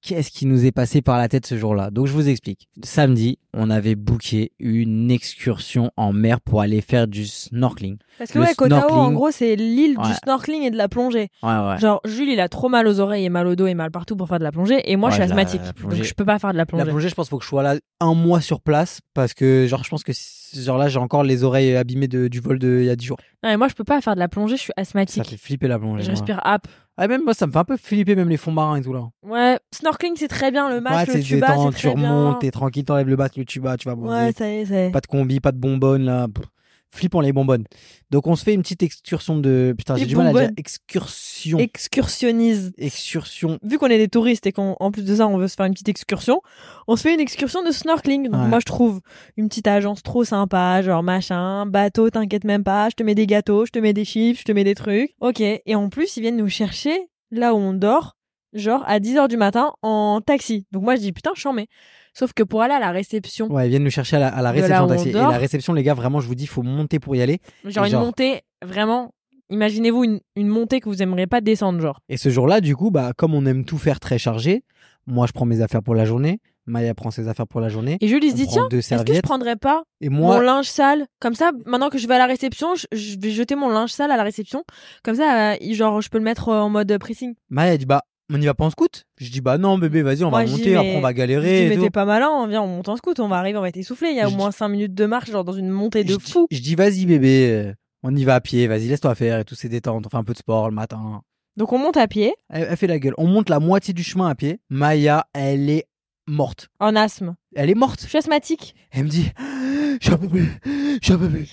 Speaker 2: Qu'est-ce qui nous est passé par la tête ce jour-là Donc je vous explique. Samedi, on avait booké une excursion en mer pour aller faire du snorkeling.
Speaker 3: Parce que
Speaker 2: le
Speaker 3: ouais, Koh Tao, en
Speaker 2: snorkeling.
Speaker 3: gros, c'est l'île
Speaker 2: Ouais.
Speaker 3: du snorkeling et de la plongée.
Speaker 2: Ouais, ouais.
Speaker 3: Genre, Jules, il a trop mal aux oreilles et mal au dos et mal partout pour faire de la plongée. Et
Speaker 4: Moi,
Speaker 3: moi,
Speaker 2: Ouais,
Speaker 4: je suis
Speaker 2: la
Speaker 4: asthmatique,
Speaker 2: plongée.
Speaker 4: donc je peux pas faire de la
Speaker 2: La
Speaker 4: plongée.
Speaker 2: plongée, je pense faut que je sois là un mois sur place parce que genre je pense que c- genre là j'ai encore les oreilles abîmées de- du vol de il y a 10 jours.
Speaker 4: Non, mais moi, je peux pas faire de la plongée, je suis
Speaker 2: Ça
Speaker 4: asthmatique.
Speaker 2: fait flipper la plongée.
Speaker 4: Je
Speaker 2: moi.
Speaker 4: respire ap.
Speaker 2: Ah, même moi ça me fait un peu flipper même les fonds marins et tout là.
Speaker 3: Ouais, snorkeling, c'est très bien. Le masque,
Speaker 2: ouais,
Speaker 3: le
Speaker 2: c'est
Speaker 3: tuba,
Speaker 2: détente,
Speaker 3: c'est
Speaker 2: tu
Speaker 3: très bien.
Speaker 2: remontes, t'es tranquille, t'enlèves le bas, le tuba, tu vas bronzer.
Speaker 3: Ouais, ça y est, ça y est.
Speaker 2: Pas de combi, pas de bonbonne là. Pff, Flippant les bonbonnes. Donc on se fait une petite excursion de. Putain,
Speaker 3: Les
Speaker 2: j'ai du mal à dire
Speaker 3: bonbonnes.
Speaker 2: excursion.
Speaker 3: Excursionniste.
Speaker 2: Excursion.
Speaker 3: vu qu'on est des touristes et qu'en en plus de ça on veut se faire une petite excursion, on se fait une excursion de snorkeling. Donc
Speaker 2: Ouais.
Speaker 3: moi je trouve une petite agence trop sympa, genre machin, bateau, t'inquiète même pas, je te mets des gâteaux, je te mets des chips, je te mets des trucs. Ok, et en plus ils viennent nous chercher là où on dort, genre à 10h du matin en taxi. Donc moi je dis putain, je mais Sauf que pour aller à la réception,
Speaker 2: Ouais, ils viennent nous chercher à la, à la
Speaker 3: De là
Speaker 2: réception
Speaker 3: où on
Speaker 2: taxi. Et
Speaker 3: dort.
Speaker 2: la réception, les gars, vraiment, je vous dis, faut monter pour y aller.
Speaker 4: Genre
Speaker 2: Et
Speaker 4: une
Speaker 2: genre-
Speaker 4: montée, vraiment, imaginez-vous une, une montée que vous aimeriez pas descendre, genre.
Speaker 2: Et ce jour-là, du coup, bah, comme on aime tout faire très chargé, moi je prends mes affaires pour la journée, Maya prend ses affaires pour la journée.
Speaker 4: Et Julie
Speaker 2: on
Speaker 4: se dit,
Speaker 2: prend
Speaker 4: tiens,
Speaker 2: deux
Speaker 3: est-ce que je
Speaker 2: serviettes.
Speaker 3: prendrais pas
Speaker 2: Et moi,
Speaker 3: mon linge sale Comme ça, maintenant que je vais à la réception, je, je vais jeter mon linge sale à la réception. Comme ça, euh, genre je peux le mettre euh, en mode pressing.
Speaker 2: Maya dit, bah, on y va pas en scoot Je dis, bah non, bébé, vas-y, on
Speaker 3: Moi,
Speaker 2: va
Speaker 3: je dis,
Speaker 2: monter,
Speaker 3: mais-
Speaker 2: après on va galérer.
Speaker 3: Je dis,
Speaker 2: et
Speaker 3: mais
Speaker 2: tout.
Speaker 3: t'es pas malin, hein, viens, on monte en scout, on va arriver, on va être essoufflé. Il y a au
Speaker 2: Je
Speaker 3: moins 5 minutes de marche, genre dans une montée de
Speaker 2: je dis-
Speaker 3: fou.
Speaker 2: Je dis, vas-y bébé, euh, on y va à pied, vas-y, laisse-toi faire et tout, c'est détente, on fait un peu de sport le matin.
Speaker 3: Donc on monte à pied,
Speaker 2: Elle, elle fait la gueule. On monte la moitié du chemin à pied. Maya, elle est morte.
Speaker 3: en asthme.
Speaker 2: Elle est morte.
Speaker 3: Je suis asthmatique.
Speaker 2: Elle me dit, j'en peux plus, j'en peux plus,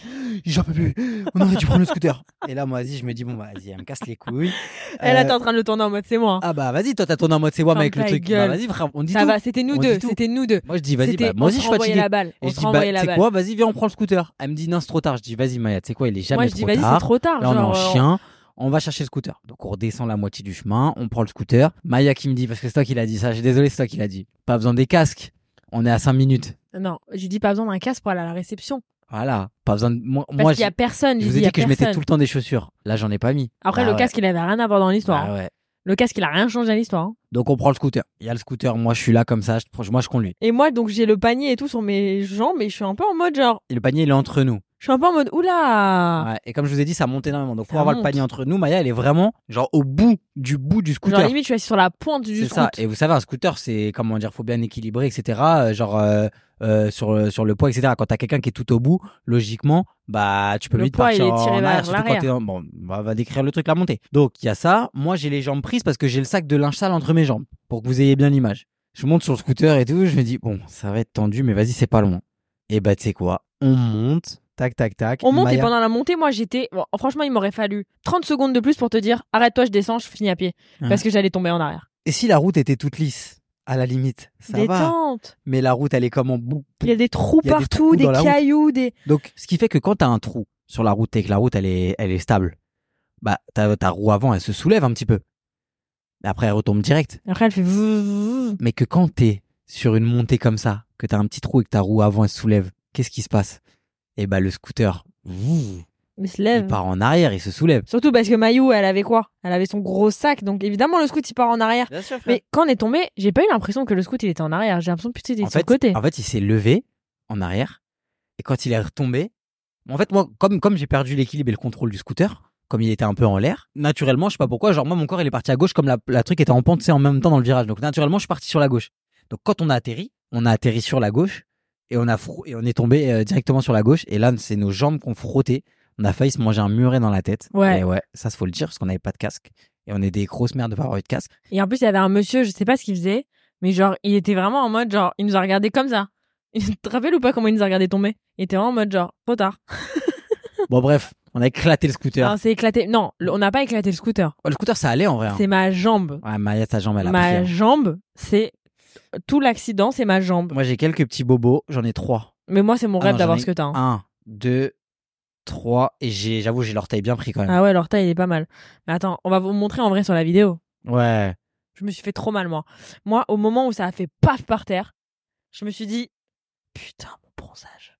Speaker 2: j'en peux plus. On aurait dû prendre le scooter. Et là, moi, vas-y, je me dis, bon, bah, vas-y, elle me casse les couilles.
Speaker 3: Elle
Speaker 2: Euh,
Speaker 3: était en train de le tourner en mode c'est moi.
Speaker 2: Ah bah, vas-y, toi, t'as tourné en mode c'est moi,
Speaker 3: Ferme
Speaker 2: mais avec le
Speaker 3: ta
Speaker 2: truc. Bah,
Speaker 3: gueule.
Speaker 2: vas-y, frère, on dit
Speaker 3: Ça
Speaker 2: tout.
Speaker 3: va, c'était nous
Speaker 2: On
Speaker 3: deux,
Speaker 2: dit tout.
Speaker 3: c'était nous deux.
Speaker 2: Moi, je dis, vas-y,
Speaker 3: C'était-
Speaker 2: bah, moi
Speaker 3: on
Speaker 2: aussi,
Speaker 3: se
Speaker 2: je suis fatigué.
Speaker 3: renvoyait la balle.
Speaker 2: Et
Speaker 3: On
Speaker 2: je
Speaker 3: se
Speaker 2: dis, bah,
Speaker 3: renvoyait
Speaker 2: tu
Speaker 3: la
Speaker 2: sais
Speaker 3: balle.
Speaker 2: quoi, vas-y, viens, on prend le scooter. Elle me dit, non, c'est trop tard. Je dis, vas-y, Maya, tu sais quoi, il est jamais
Speaker 4: Moi, je dis,
Speaker 2: trop
Speaker 4: vas-y, c'est
Speaker 2: tard.
Speaker 4: trop tard.
Speaker 2: Là, on est en
Speaker 4: genre, euh,
Speaker 2: chien. On va chercher le scooter. Donc, on redescend la moitié du chemin. On prend le scooter. Maya qui me dit, parce que c'est toi qui l'as dit ça. J'ai désolé, c'est toi qui l'as dit. Pas besoin des casques. On est à 5 minutes.
Speaker 4: Non, j'ai dit pas besoin d'un casque pour aller à la réception.
Speaker 2: Voilà. Pas besoin de. Moi,
Speaker 4: Parce
Speaker 2: moi,
Speaker 4: qu'il y a
Speaker 2: j'ai-
Speaker 4: personne.
Speaker 2: je
Speaker 4: j'ai
Speaker 2: vous
Speaker 4: dit, il
Speaker 2: ai
Speaker 4: y
Speaker 2: dit
Speaker 4: a
Speaker 2: que je mettais
Speaker 4: personne.
Speaker 2: tout le temps des chaussures. Là, j'en ai pas mis.
Speaker 4: Après,
Speaker 2: Bah
Speaker 4: le
Speaker 2: ouais.
Speaker 4: casque, il avait rien à voir dans l'histoire.
Speaker 2: Bah
Speaker 4: hein.
Speaker 2: ouais.
Speaker 4: Le casque, il a rien changé à l'histoire. hein.
Speaker 2: Donc, on prend le scooter. Il y a le scooter. Moi, je suis là comme ça. Je- Moi, je conduis.
Speaker 3: Et moi, donc j'ai le panier et tout sur mes jambes, mais je suis un peu en mode genre,
Speaker 2: Et le panier, il est entre nous.
Speaker 3: je suis un peu en mode oula.
Speaker 2: Ouais, et comme je vous ai dit, ça monte énormément. Donc, pour
Speaker 4: Ah. Ça
Speaker 2: avoir le
Speaker 4: monte.
Speaker 2: panier entre nous, Maya, elle est vraiment genre au bout du bout du scooter.
Speaker 4: Genre, limite, je suis assis sur la pointe du
Speaker 2: c'est
Speaker 4: scoot.
Speaker 2: ça. Et vous savez, un scooter, c'est comment dire, faut bien équilibrer, etc. Euh, Genre, euh, euh, sur, le- sur le poids, etc. Quand t'as quelqu'un qui est tout au bout, logiquement, bah, tu peux
Speaker 3: Le
Speaker 2: vite
Speaker 3: poids, il
Speaker 2: partir
Speaker 3: est tiré
Speaker 2: en
Speaker 3: vers
Speaker 2: arrière. surtout quand
Speaker 3: l'arrière.
Speaker 2: t'es dans- Bon, bah, on va décrire le truc, la montée. Donc, il y a ça. Moi, j'ai les jambes prises parce que j'ai le sac de linge sale entre mes jambes, pour que vous ayez bien l'image. Je monte sur le scooter et tout, je me dis, bon, ça va être tendu, mais vas-y, c'est pas loin. Et bah, tu sais quoi, on monte, tac, tac, tac.
Speaker 3: On monte
Speaker 2: Maya-
Speaker 3: et pendant la montée, moi j'étais. bon, franchement, il m'aurait fallu 30 secondes de plus pour te dire arrête-toi, je descends, je finis à pied.
Speaker 2: Ouais.
Speaker 3: Parce que j'allais tomber en arrière.
Speaker 2: Et si la route était toute lisse, à la limite, ça
Speaker 3: des
Speaker 2: va.
Speaker 3: tentes,
Speaker 2: Mais la route, elle est comme en bout.
Speaker 3: il y a des trous
Speaker 2: Il y a des
Speaker 3: partout,
Speaker 2: trous
Speaker 3: des,
Speaker 2: dans la route.
Speaker 3: cailloux, des.
Speaker 2: Donc, ce qui fait que quand t'as un trou sur la route et que la route, elle est, elle est stable, bah, ta, ta roue avant, elle se soulève un petit peu. Après, elle retombe direct.
Speaker 3: Après, elle fait. vzz.
Speaker 2: Mais que quand t'es sur une montée comme ça, que t'as un petit trou et que ta roue avant, elle se soulève, qu'est-ce qui se passe Eh bah, le scooter, vouh,
Speaker 3: Il se
Speaker 2: il
Speaker 3: lève.
Speaker 2: part en arrière, il se soulève.
Speaker 3: Surtout parce que Mayou, elle avait quoi Elle avait son gros sac, donc évidemment le scout il part en arrière. Mais quand on est tombé, j'ai pas eu l'impression que le scout il était en arrière. J'ai l'impression que putain il était
Speaker 2: en
Speaker 3: sur
Speaker 2: fait,
Speaker 3: le côté.
Speaker 2: En fait, il s'est levé en arrière et quand il est retombé, en fait, moi, comme, comme j'ai perdu l'équilibre et le contrôle du scooter, comme il était un peu en l'air, naturellement, je sais pas pourquoi, genre moi, mon corps, il est parti à gauche comme la, la truc était en pente, c'est en même temps dans le virage. Donc, naturellement, je suis parti sur la gauche. Donc, quand on a atterri, on a atterri sur la gauche et on a frou- et on est tombé euh, directement sur la gauche. Et là, c'est nos jambes qu'on frottait. On a failli se manger un muret dans la tête.
Speaker 3: Ouais.
Speaker 2: Et ouais, ça, faut le dire, parce qu'on n'avait pas de casque. Et on est des grosses merdes de pas avoir eu de casque.
Speaker 3: Et en plus, il y avait un monsieur, je sais pas ce qu'il faisait, mais genre, il était vraiment en mode genre, il nous a regardé comme ça. Tu te rappelles ou pas comment il nous a regardé tomber Il était vraiment en mode genre, trop tard.
Speaker 2: Bon, bref, on a éclaté le scooter.
Speaker 3: Non, c'est éclaté. Non, le- on n'a pas éclaté le scooter.
Speaker 2: Oh, le scooter, ça allait en vrai. hein.
Speaker 3: C'est ma jambe.
Speaker 2: Ouais, Maya, ta jambe, elle a pris,
Speaker 3: Ma
Speaker 2: hein.
Speaker 3: jambe, c'est tout l'accident, c'est ma jambe.
Speaker 2: Moi, j'ai quelques petits bobos. J'en ai trois.
Speaker 3: Mais moi, c'est mon
Speaker 2: Ah
Speaker 3: rêve
Speaker 2: non,
Speaker 3: d'avoir
Speaker 2: j'en
Speaker 3: ce
Speaker 2: ai
Speaker 3: que t'as. hein.
Speaker 2: Un, deux, trois. Et j'ai, j'avoue, j'ai l'orteil bien pris quand même.
Speaker 3: Ah ouais, l'orteil, il est pas mal. Mais attends, on va vous montrer en vrai sur la vidéo.
Speaker 2: Ouais.
Speaker 3: Je me suis fait trop mal, moi. Moi, au moment où ça a fait paf par terre, je me suis dit, putain, mon bronzage.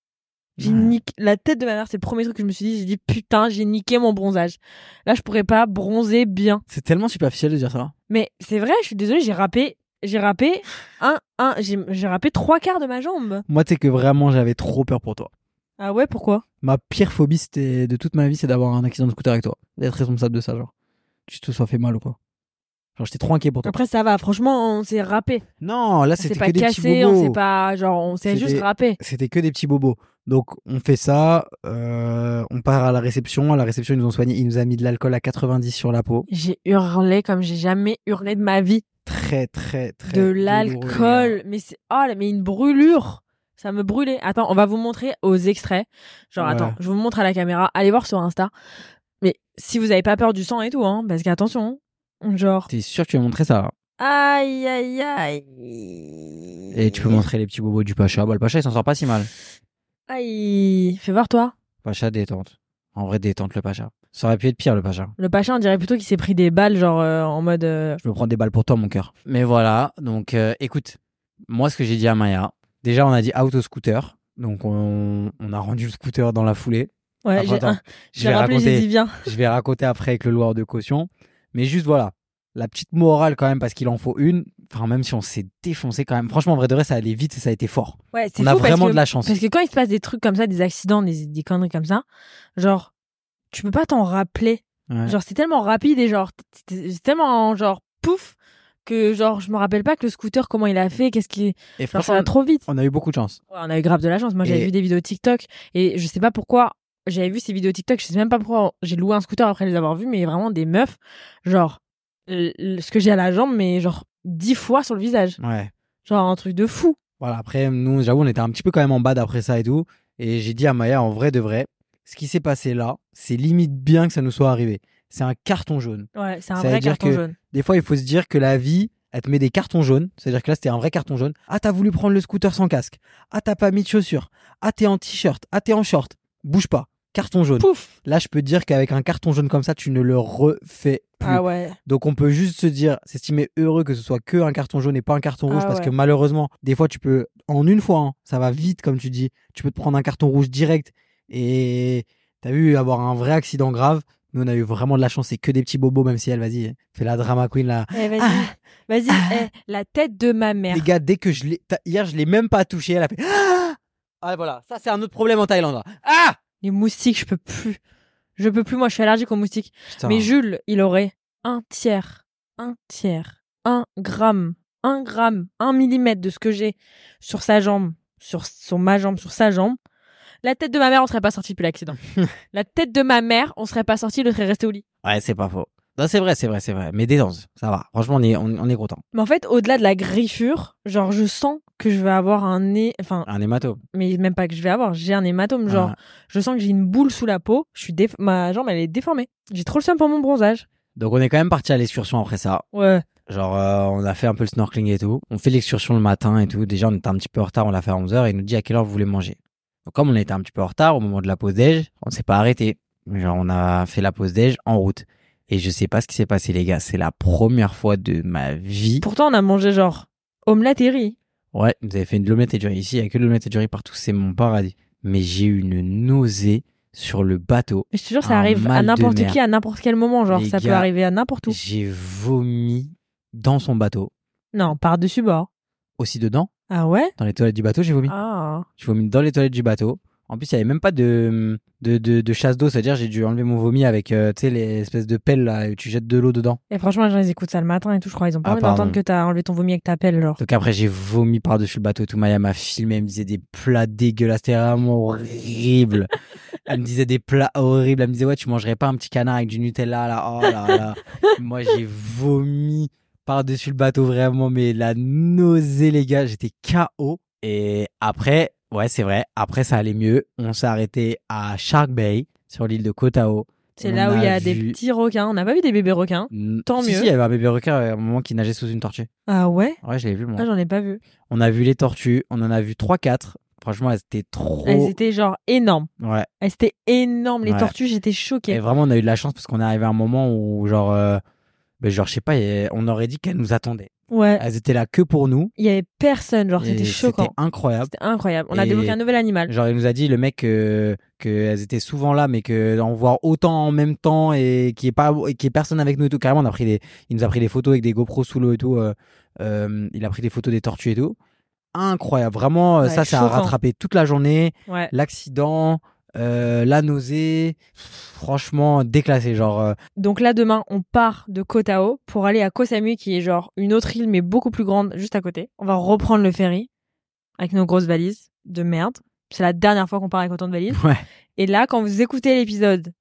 Speaker 3: J'ai
Speaker 2: Ouais.
Speaker 3: niqué- La tête de ma mère, c'est le premier truc que je me suis dit. J'ai dit, putain, j'ai niqué mon bronzage. Là, je pourrais pas bronzer bien.
Speaker 2: C'est tellement superficiel de dire ça.
Speaker 3: Mais c'est vrai, je suis désolée, j'ai râpé, j'ai râpé un, un, j'ai j'ai râpé trois quarts de ma jambe.
Speaker 2: Moi, tu sais que vraiment, j'avais trop peur pour toi.
Speaker 3: Ah ouais, pourquoi
Speaker 2: Ma pire phobie c'était de toute ma vie, c'est d'avoir un accident de scooter avec toi. D'être responsable de ça, genre. Tu te sois fait mal ou quoi. Genre, j'étais trop inquiet pour toi.
Speaker 3: Après, ça va. Franchement, on s'est râpé.
Speaker 2: Non, là,
Speaker 3: On s'est
Speaker 2: c'était
Speaker 3: pas
Speaker 2: que des petits
Speaker 3: cassé,
Speaker 2: bobos.
Speaker 3: on s'est pas, genre, on s'est
Speaker 2: C'était-
Speaker 3: juste râpé.
Speaker 2: C'était que des petits bobos. Donc, on fait ça. euh, on part à la réception. À la réception, ils nous ont soigné. Ils nous a mis de l'alcool à 90 sur la peau.
Speaker 3: J'ai hurlé comme j'ai jamais hurlé de ma vie.
Speaker 2: Très, très, très.
Speaker 3: de
Speaker 2: douloureux, hein. les
Speaker 3: l'alcool,
Speaker 2: gars.
Speaker 3: mais c'est oh là, mais une brûlure. Ça me brûlait. Attends, on va vous montrer aux extraits. Genre
Speaker 2: Ouais.
Speaker 3: attends, je vous montre à la caméra, allez voir sur Insta. Mais si vous avez pas peur du sang et tout hein, parce qu'attention, hein, genre
Speaker 2: T'es sûr que tu vas montrer ça là
Speaker 3: aïe aïe aïe.
Speaker 2: Et tu peux montrer les petits bobos du Pacha. Bah, le Pacha, il s'en sort pas si mal.
Speaker 3: Aïe, fais voir toi.
Speaker 2: Pacha détente. En vrai, détente le Pacha. Ça aurait pu être pire le Pacha.
Speaker 3: Le Pacha, on dirait plutôt qu'il s'est pris des balles genre euh, en mode euh,
Speaker 2: Je me prends des balles pour toi, mon cœur. Mais voilà, donc euh, écoute, moi, ce que j'ai dit à Maya, déjà, on a dit out au scooter. Donc, on, on a rendu le scooter dans la foulée.
Speaker 3: ouais,
Speaker 2: Enfin,
Speaker 3: j'ai
Speaker 2: attends,
Speaker 3: ah,
Speaker 2: je
Speaker 3: j'ai
Speaker 2: vais
Speaker 3: rappelé,
Speaker 2: raconter-
Speaker 3: j'ai dit viens.
Speaker 2: je vais raconter après avec le loueur de caution. Mais juste voilà, la petite morale quand même, parce qu'il en faut une. Enfin, même si on s'est défoncé quand même. Franchement, en vrai de vrai, ça allait vite et ça a été fort.
Speaker 3: Ouais, c'est
Speaker 2: On a
Speaker 3: fou parce
Speaker 2: vraiment
Speaker 3: que-
Speaker 2: de la chance.
Speaker 3: Parce que quand il se passe des trucs comme ça, des accidents, des, des conneries comme ça, genre, tu peux pas t'en rappeler.
Speaker 2: Ouais.
Speaker 3: Genre, c'est tellement rapide et genre, t- t- c'est tellement genre pouf que genre, je me rappelle pas que le scooter, comment il a fait, qu'est-ce qui.
Speaker 2: Et
Speaker 3: Genre, ça va
Speaker 2: franchement,
Speaker 3: trop vite.
Speaker 2: on a eu beaucoup de chance.
Speaker 3: Ouais, on a eu grave de la chance. Moi, j'avais
Speaker 2: Et-
Speaker 3: vu des vidéos TikTok et je sais pas pourquoi. J'avais vu ces vidéos TikTok, je sais même pas pourquoi j'ai loué un scooter après les avoir vus, mais vraiment des meufs, genre, euh, ce que j'ai à la jambe, mais genre, dix fois sur le visage.
Speaker 2: Ouais.
Speaker 3: Genre, un truc de fou.
Speaker 2: Voilà, après, nous, j'avoue, on était un petit peu quand même en bad après ça et tout. Et j'ai dit à Maya, en vrai de vrai, ce qui s'est passé là, c'est limite bien que ça nous soit arrivé. C'est un carton jaune.
Speaker 3: Ouais, c'est un
Speaker 2: Ça veut
Speaker 3: vrai
Speaker 2: dire
Speaker 3: carton
Speaker 2: que-
Speaker 3: jaune.
Speaker 2: Des fois, il faut se dire que la vie, elle te met des cartons jaunes. C'est-à-dire que là, c'était un vrai carton jaune. Ah, t'as voulu prendre le scooter sans casque. Ah, t'as pas mis de chaussures. Ah, t'es en t-shirt. Ah, t'es en short. Bouge pas. Carton jaune.
Speaker 3: Pouf!
Speaker 2: Là, je peux te dire qu'avec un carton jaune comme ça, tu ne le refais plus.
Speaker 3: Ah ouais.
Speaker 2: Donc on peut juste se dire, s'estimer heureux que ce soit que un carton jaune et pas un carton rouge,
Speaker 3: Ah
Speaker 2: parce
Speaker 3: ouais.
Speaker 2: que malheureusement, des fois tu peux, en une fois, hein, ça va vite comme tu dis, tu peux te prendre un carton rouge direct et t'as vu avoir un vrai accident grave. Nous on a eu vraiment de la chance, c'est que des petits bobos, même si elle, vas-y, fais la drama queen là.
Speaker 3: Eh, vas-y, vas-y, eh, la tête de ma mère.
Speaker 2: Ah. Les gars, dès que je l'ai, t'as- hier je l'ai même pas touché, elle a fait. Ah, Ah, voilà, ça c'est un autre problème en Thaïlande. là. Ah
Speaker 3: Les moustiques, je peux plus. Je peux plus, moi, je suis allergique aux moustiques.
Speaker 2: Putain.
Speaker 3: Mais Jules, il aurait un tiers, un tiers, un gramme, un gramme, un millimètre de ce que j'ai sur sa jambe, sur, sur ma jambe, sur sa jambe, la tête de ma mère, on serait pas sorti depuis l'accident. la tête de ma mère, on serait pas sorti, elle serait restée au lit.
Speaker 2: Ouais, c'est pas faux. Non, c'est vrai, c'est vrai, c'est vrai. Mais détente, ça va. Franchement, on est, on, on est content.
Speaker 3: Mais en fait, au-delà de la griffure, genre, je sens que je vais avoir un nez, enfin,
Speaker 2: Un hématome.
Speaker 3: mais même pas que je vais avoir, j'ai un hématome, genre,
Speaker 2: Ah.
Speaker 3: je sens que j'ai une boule sous la peau, je suis déf- ma jambe, elle est déformée. J'ai trop le seum pour mon bronzage.
Speaker 2: Donc, on est quand même parti à l'excursion après ça.
Speaker 3: Ouais.
Speaker 2: Genre, euh, on a fait un peu le snorkeling et tout. On fait l'excursion le matin et tout. Déjà, on était un petit peu en retard. On l'a fait à 11h et il nous dit à quelle heure vous voulez manger. Donc, comme on était un petit peu en retard, au moment de la pause déj, on s'est pas arrêté. Genre, on a fait la pause déj en route. Et je sais pas ce qui s'est passé, les gars. C'est la première fois de ma vie.
Speaker 3: Pourtant, on a mangé, genre, omelette et riz.
Speaker 2: Ouais, vous avez fait une l'omelette et du riz. Ici, il n'y a que de l'omelette et du riz partout. C'est mon paradis. Mais j'ai eu une nausée sur le bateau.
Speaker 3: Mais je te jure, ça
Speaker 2: Un
Speaker 3: arrive à
Speaker 2: Ah, mal de
Speaker 3: n'importe
Speaker 2: mer.
Speaker 3: qui, à n'importe quel moment, genre,
Speaker 2: Les
Speaker 3: ça peut
Speaker 2: gars,
Speaker 3: arriver à n'importe où.
Speaker 2: J'ai vomi dans son bateau.
Speaker 3: Non, par-dessus bord.
Speaker 2: Aussi dedans,
Speaker 3: Ah ouais
Speaker 2: dans les toilettes du bateau, j'ai vomi.
Speaker 3: Ah.
Speaker 2: J'ai vomi dans les toilettes du bateau. En plus, il n'y avait même pas de, de, de, de chasse d'eau, c'est-à-dire j'ai dû enlever mon vomi avec, euh, tu sais, les espèces de pelles là, où tu jettes de l'eau dedans.
Speaker 3: Et franchement, les gens, ils écoutent ça le matin et tout, je crois. Ils ont pas
Speaker 2: Ah,
Speaker 3: envie d'entendre
Speaker 2: pardon.
Speaker 3: que t'as enlevé ton vomi avec ta pelle, genre.
Speaker 2: Donc après, j'ai vomi par-dessus le bateau et tout. Maya m'a filmé, elle me disait des plats dégueulasses, c'était vraiment horrible. elle me disait des plats horribles, elle me disait, ouais, tu mangerais pas un petit canard avec du Nutella là, oh là là. Moi, j'ai vomi par-dessus le bateau vraiment, mais la nausée, les gars, j'étais KO. Et après, ouais, c'est vrai, après, ça allait mieux. On s'est arrêté à Shark Bay, sur l'île de Koh Tao.
Speaker 3: C'est
Speaker 2: On
Speaker 3: là où il y a des
Speaker 2: vu-
Speaker 3: petits requins. On n'a pas vu des bébés requins.
Speaker 2: Mm,
Speaker 3: Tant
Speaker 2: si,
Speaker 3: mieux.
Speaker 2: si, il y avait un bébé requin euh, à un moment qui nageait sous une tortue.
Speaker 3: Ah ouais
Speaker 2: Ouais, je l'ai vu, moi.
Speaker 3: Ah, j'en ai pas vu.
Speaker 2: On a vu les tortues, on en a vu 3-4. Franchement, elles étaient trop.
Speaker 3: Elles étaient genre énormes.
Speaker 2: Ouais.
Speaker 3: Elles étaient énormes. Les
Speaker 2: Ouais.
Speaker 3: tortues, j'étais choquée.
Speaker 2: Et vraiment, on a eu de la chance parce qu'on est arrivé à un moment où, genre, euh, ben, genre je sais pas, et- on aurait dit qu'elles nous attendaient.
Speaker 3: Ouais.
Speaker 2: Elles étaient là que pour nous.
Speaker 3: Il y avait personne, genre,
Speaker 2: et
Speaker 3: c'était
Speaker 2: C'était
Speaker 3: choquant.
Speaker 2: incroyable.
Speaker 3: C'était incroyable. On a
Speaker 2: Ah. Et-
Speaker 3: débloqué un nouvel animal.
Speaker 2: Genre, il nous a dit, le mec, qu'elles étaient souvent là, mais que d'en voir autant en même temps et qu'il n'y ait, pas- et qu'il y ait personne avec nous et tout. Carrément, on a pris des, il nous a pris des photos avec des GoPros sous l'eau et tout. euh, euh, il a pris des photos des tortues et tout. Incroyable. Vraiment, euh,
Speaker 3: Ouais,
Speaker 2: ça, ça a
Speaker 3: choquant.
Speaker 2: rattrapé toute la journée.
Speaker 3: Ouais.
Speaker 2: l'accident, euh, la nausée, franchement déclassé. Genre, euh,
Speaker 3: Donc là, demain, on part de Koh Tao pour aller à Koh Samui, qui est genre une autre île, mais beaucoup plus grande, juste à côté. On va reprendre le ferry avec nos grosses valises de merde. C'est la dernière fois qu'on part avec autant de valises.
Speaker 2: ouais.
Speaker 3: Et là, quand vous écoutez l'épisode,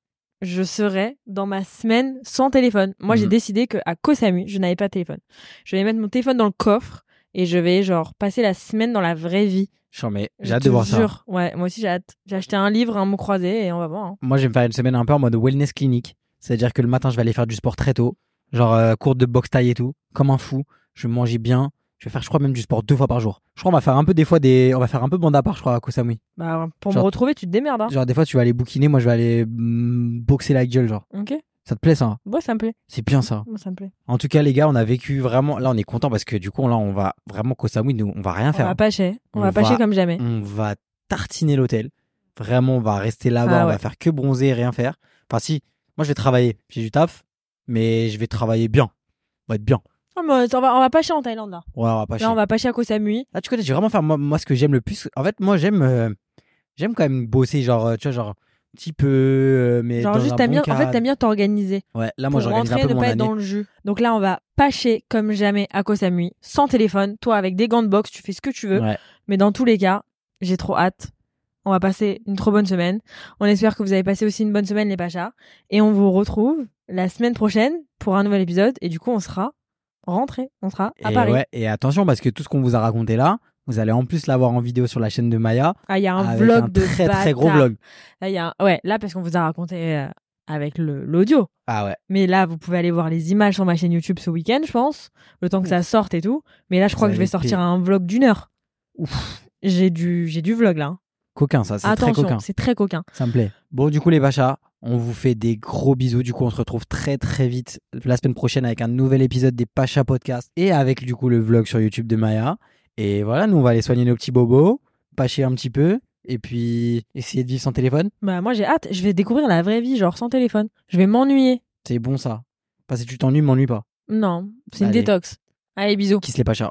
Speaker 3: je serai dans ma semaine sans téléphone. Moi, j'ai
Speaker 2: Mhm.
Speaker 3: décidé que à Koh Samui, je n'avais pas de téléphone. Je vais mettre mon téléphone dans le coffre et je vais genre passer la semaine dans la vraie vie.
Speaker 2: Genre, mais
Speaker 3: Je
Speaker 2: j'ai hâte
Speaker 3: te
Speaker 2: de voir ça.
Speaker 3: jure. Ouais, moi aussi j'ai hâte. J'ai acheté un livre, un mot croisé et on va voir. hein.
Speaker 2: Moi, je vais me faire une semaine un peu en mode wellness clinique. C'est-à-dire que le matin, je vais aller faire du sport très tôt. Genre, euh, cours de boxe taille et tout. Comme un fou. Je vais manger bien. Je vais faire, je crois, même du sport deux fois par jour. Je crois, on va faire un peu des fois des. On va faire un peu bande à part, je crois, à Koh Samui.
Speaker 3: Bah, pour me
Speaker 2: Genre-
Speaker 3: retrouver, tu te démerdes. hein.
Speaker 2: Genre, des fois, tu vas aller bouquiner. Moi, je vais aller mm, boxer la gueule, genre.
Speaker 3: Ok.
Speaker 2: Ça te plaît, ça hein
Speaker 3: Moi, ça me plaît.
Speaker 2: C'est bien, ça.
Speaker 3: Moi, ça me plaît.
Speaker 2: En tout cas, les gars, on a vécu vraiment. Là, on est content parce que du coup, là, on va vraiment Koh Samui, nous, on va rien
Speaker 3: On
Speaker 2: faire. Mm.
Speaker 3: va pâcher. On,
Speaker 2: On
Speaker 3: va pâcher
Speaker 2: va-
Speaker 3: comme jamais.
Speaker 2: on va tartiner l'hôtel. Vraiment, on va rester là-bas,
Speaker 3: Ah
Speaker 2: on
Speaker 3: ouais.
Speaker 2: va faire que bronzer, rien faire. Enfin, si, moi je vais travailler, j'ai du taf, mais je vais travailler bien. On va être bien.
Speaker 3: Oh, mais on va, on va pâcher en Thaïlande, là.
Speaker 2: Ouais, on va pas chier.
Speaker 3: Là, on va pâcher à Koh Samui.
Speaker 2: Là, tu connais, je vais vraiment faire moi, moi, ce que j'aime le plus. En fait, moi j'aime euh, j'aime quand même bosser, genre, euh, tu vois, genre, petit peu, euh, mais.
Speaker 3: Genre,
Speaker 2: dans
Speaker 3: juste,
Speaker 2: un
Speaker 3: t'aimes
Speaker 2: bon
Speaker 3: bien, en
Speaker 2: cadre.
Speaker 3: fait, t'aimes bien t'organiser.
Speaker 2: Ouais, là, moi
Speaker 3: Pour
Speaker 2: j'organise un
Speaker 3: rentrer,
Speaker 2: peu
Speaker 3: ne
Speaker 2: mon
Speaker 3: pas être
Speaker 2: année.
Speaker 3: dans le jus. Donc là, on va pâcher comme jamais à Koh Samui, sans téléphone. Toi, avec des gants de boxe, tu fais ce que tu veux.
Speaker 2: Ouais.
Speaker 3: Mais dans tous les cas, j'ai trop hâte. On va passer une trop bonne semaine. On espère que vous avez passé aussi une bonne semaine, les Pachas. Et on vous retrouve la semaine prochaine pour un nouvel épisode. Et du coup, on sera rentré. On sera à
Speaker 2: Et,
Speaker 3: Paris.
Speaker 2: ouais, et attention, parce que tout ce qu'on vous a raconté là, vous allez en plus l'avoir en vidéo sur la chaîne de Maya.
Speaker 3: Ah, il y a un
Speaker 2: avec
Speaker 3: vlog
Speaker 2: un
Speaker 3: de
Speaker 2: très très gros
Speaker 3: bâtard.
Speaker 2: vlog.
Speaker 3: Là, il y a un- Ouais, là, parce qu'on vous a raconté euh, avec le- l'audio.
Speaker 2: Ah ouais.
Speaker 3: Mais là, vous pouvez aller voir les images sur ma chaîne YouTube ce week-end, je pense. Le temps que ça sorte et tout. Mais là, je crois
Speaker 2: Ça
Speaker 3: que je vais
Speaker 2: va être
Speaker 3: sortir
Speaker 2: pire.
Speaker 3: un vlog d'une heure.
Speaker 2: Ouf.
Speaker 3: J'ai du, j'ai du vlog là. hein.
Speaker 2: Coquin, ça, c'est très coquin.
Speaker 3: Attention, c'est très coquin.
Speaker 2: Ça me plaît. Bon, du coup, les Bachas, on vous fait des gros bisous. Du coup, on se retrouve très, très vite la semaine prochaine avec un nouvel épisode des Pachas Podcast et avec, du coup, le vlog sur YouTube de Maya. Et voilà, nous, on va aller soigner nos petits bobos, pacher un petit peu et puis essayer de vivre sans téléphone.
Speaker 3: Bah, moi, j'ai hâte. Je vais découvrir la vraie vie, genre sans téléphone. Je vais m'ennuyer.
Speaker 2: C'est bon, ça. Parce que tu t'ennuies, m'ennuie pas.
Speaker 3: Non, c'est une
Speaker 2: Allez.
Speaker 3: détox. Allez, bisous.
Speaker 2: Kiss les Pachas.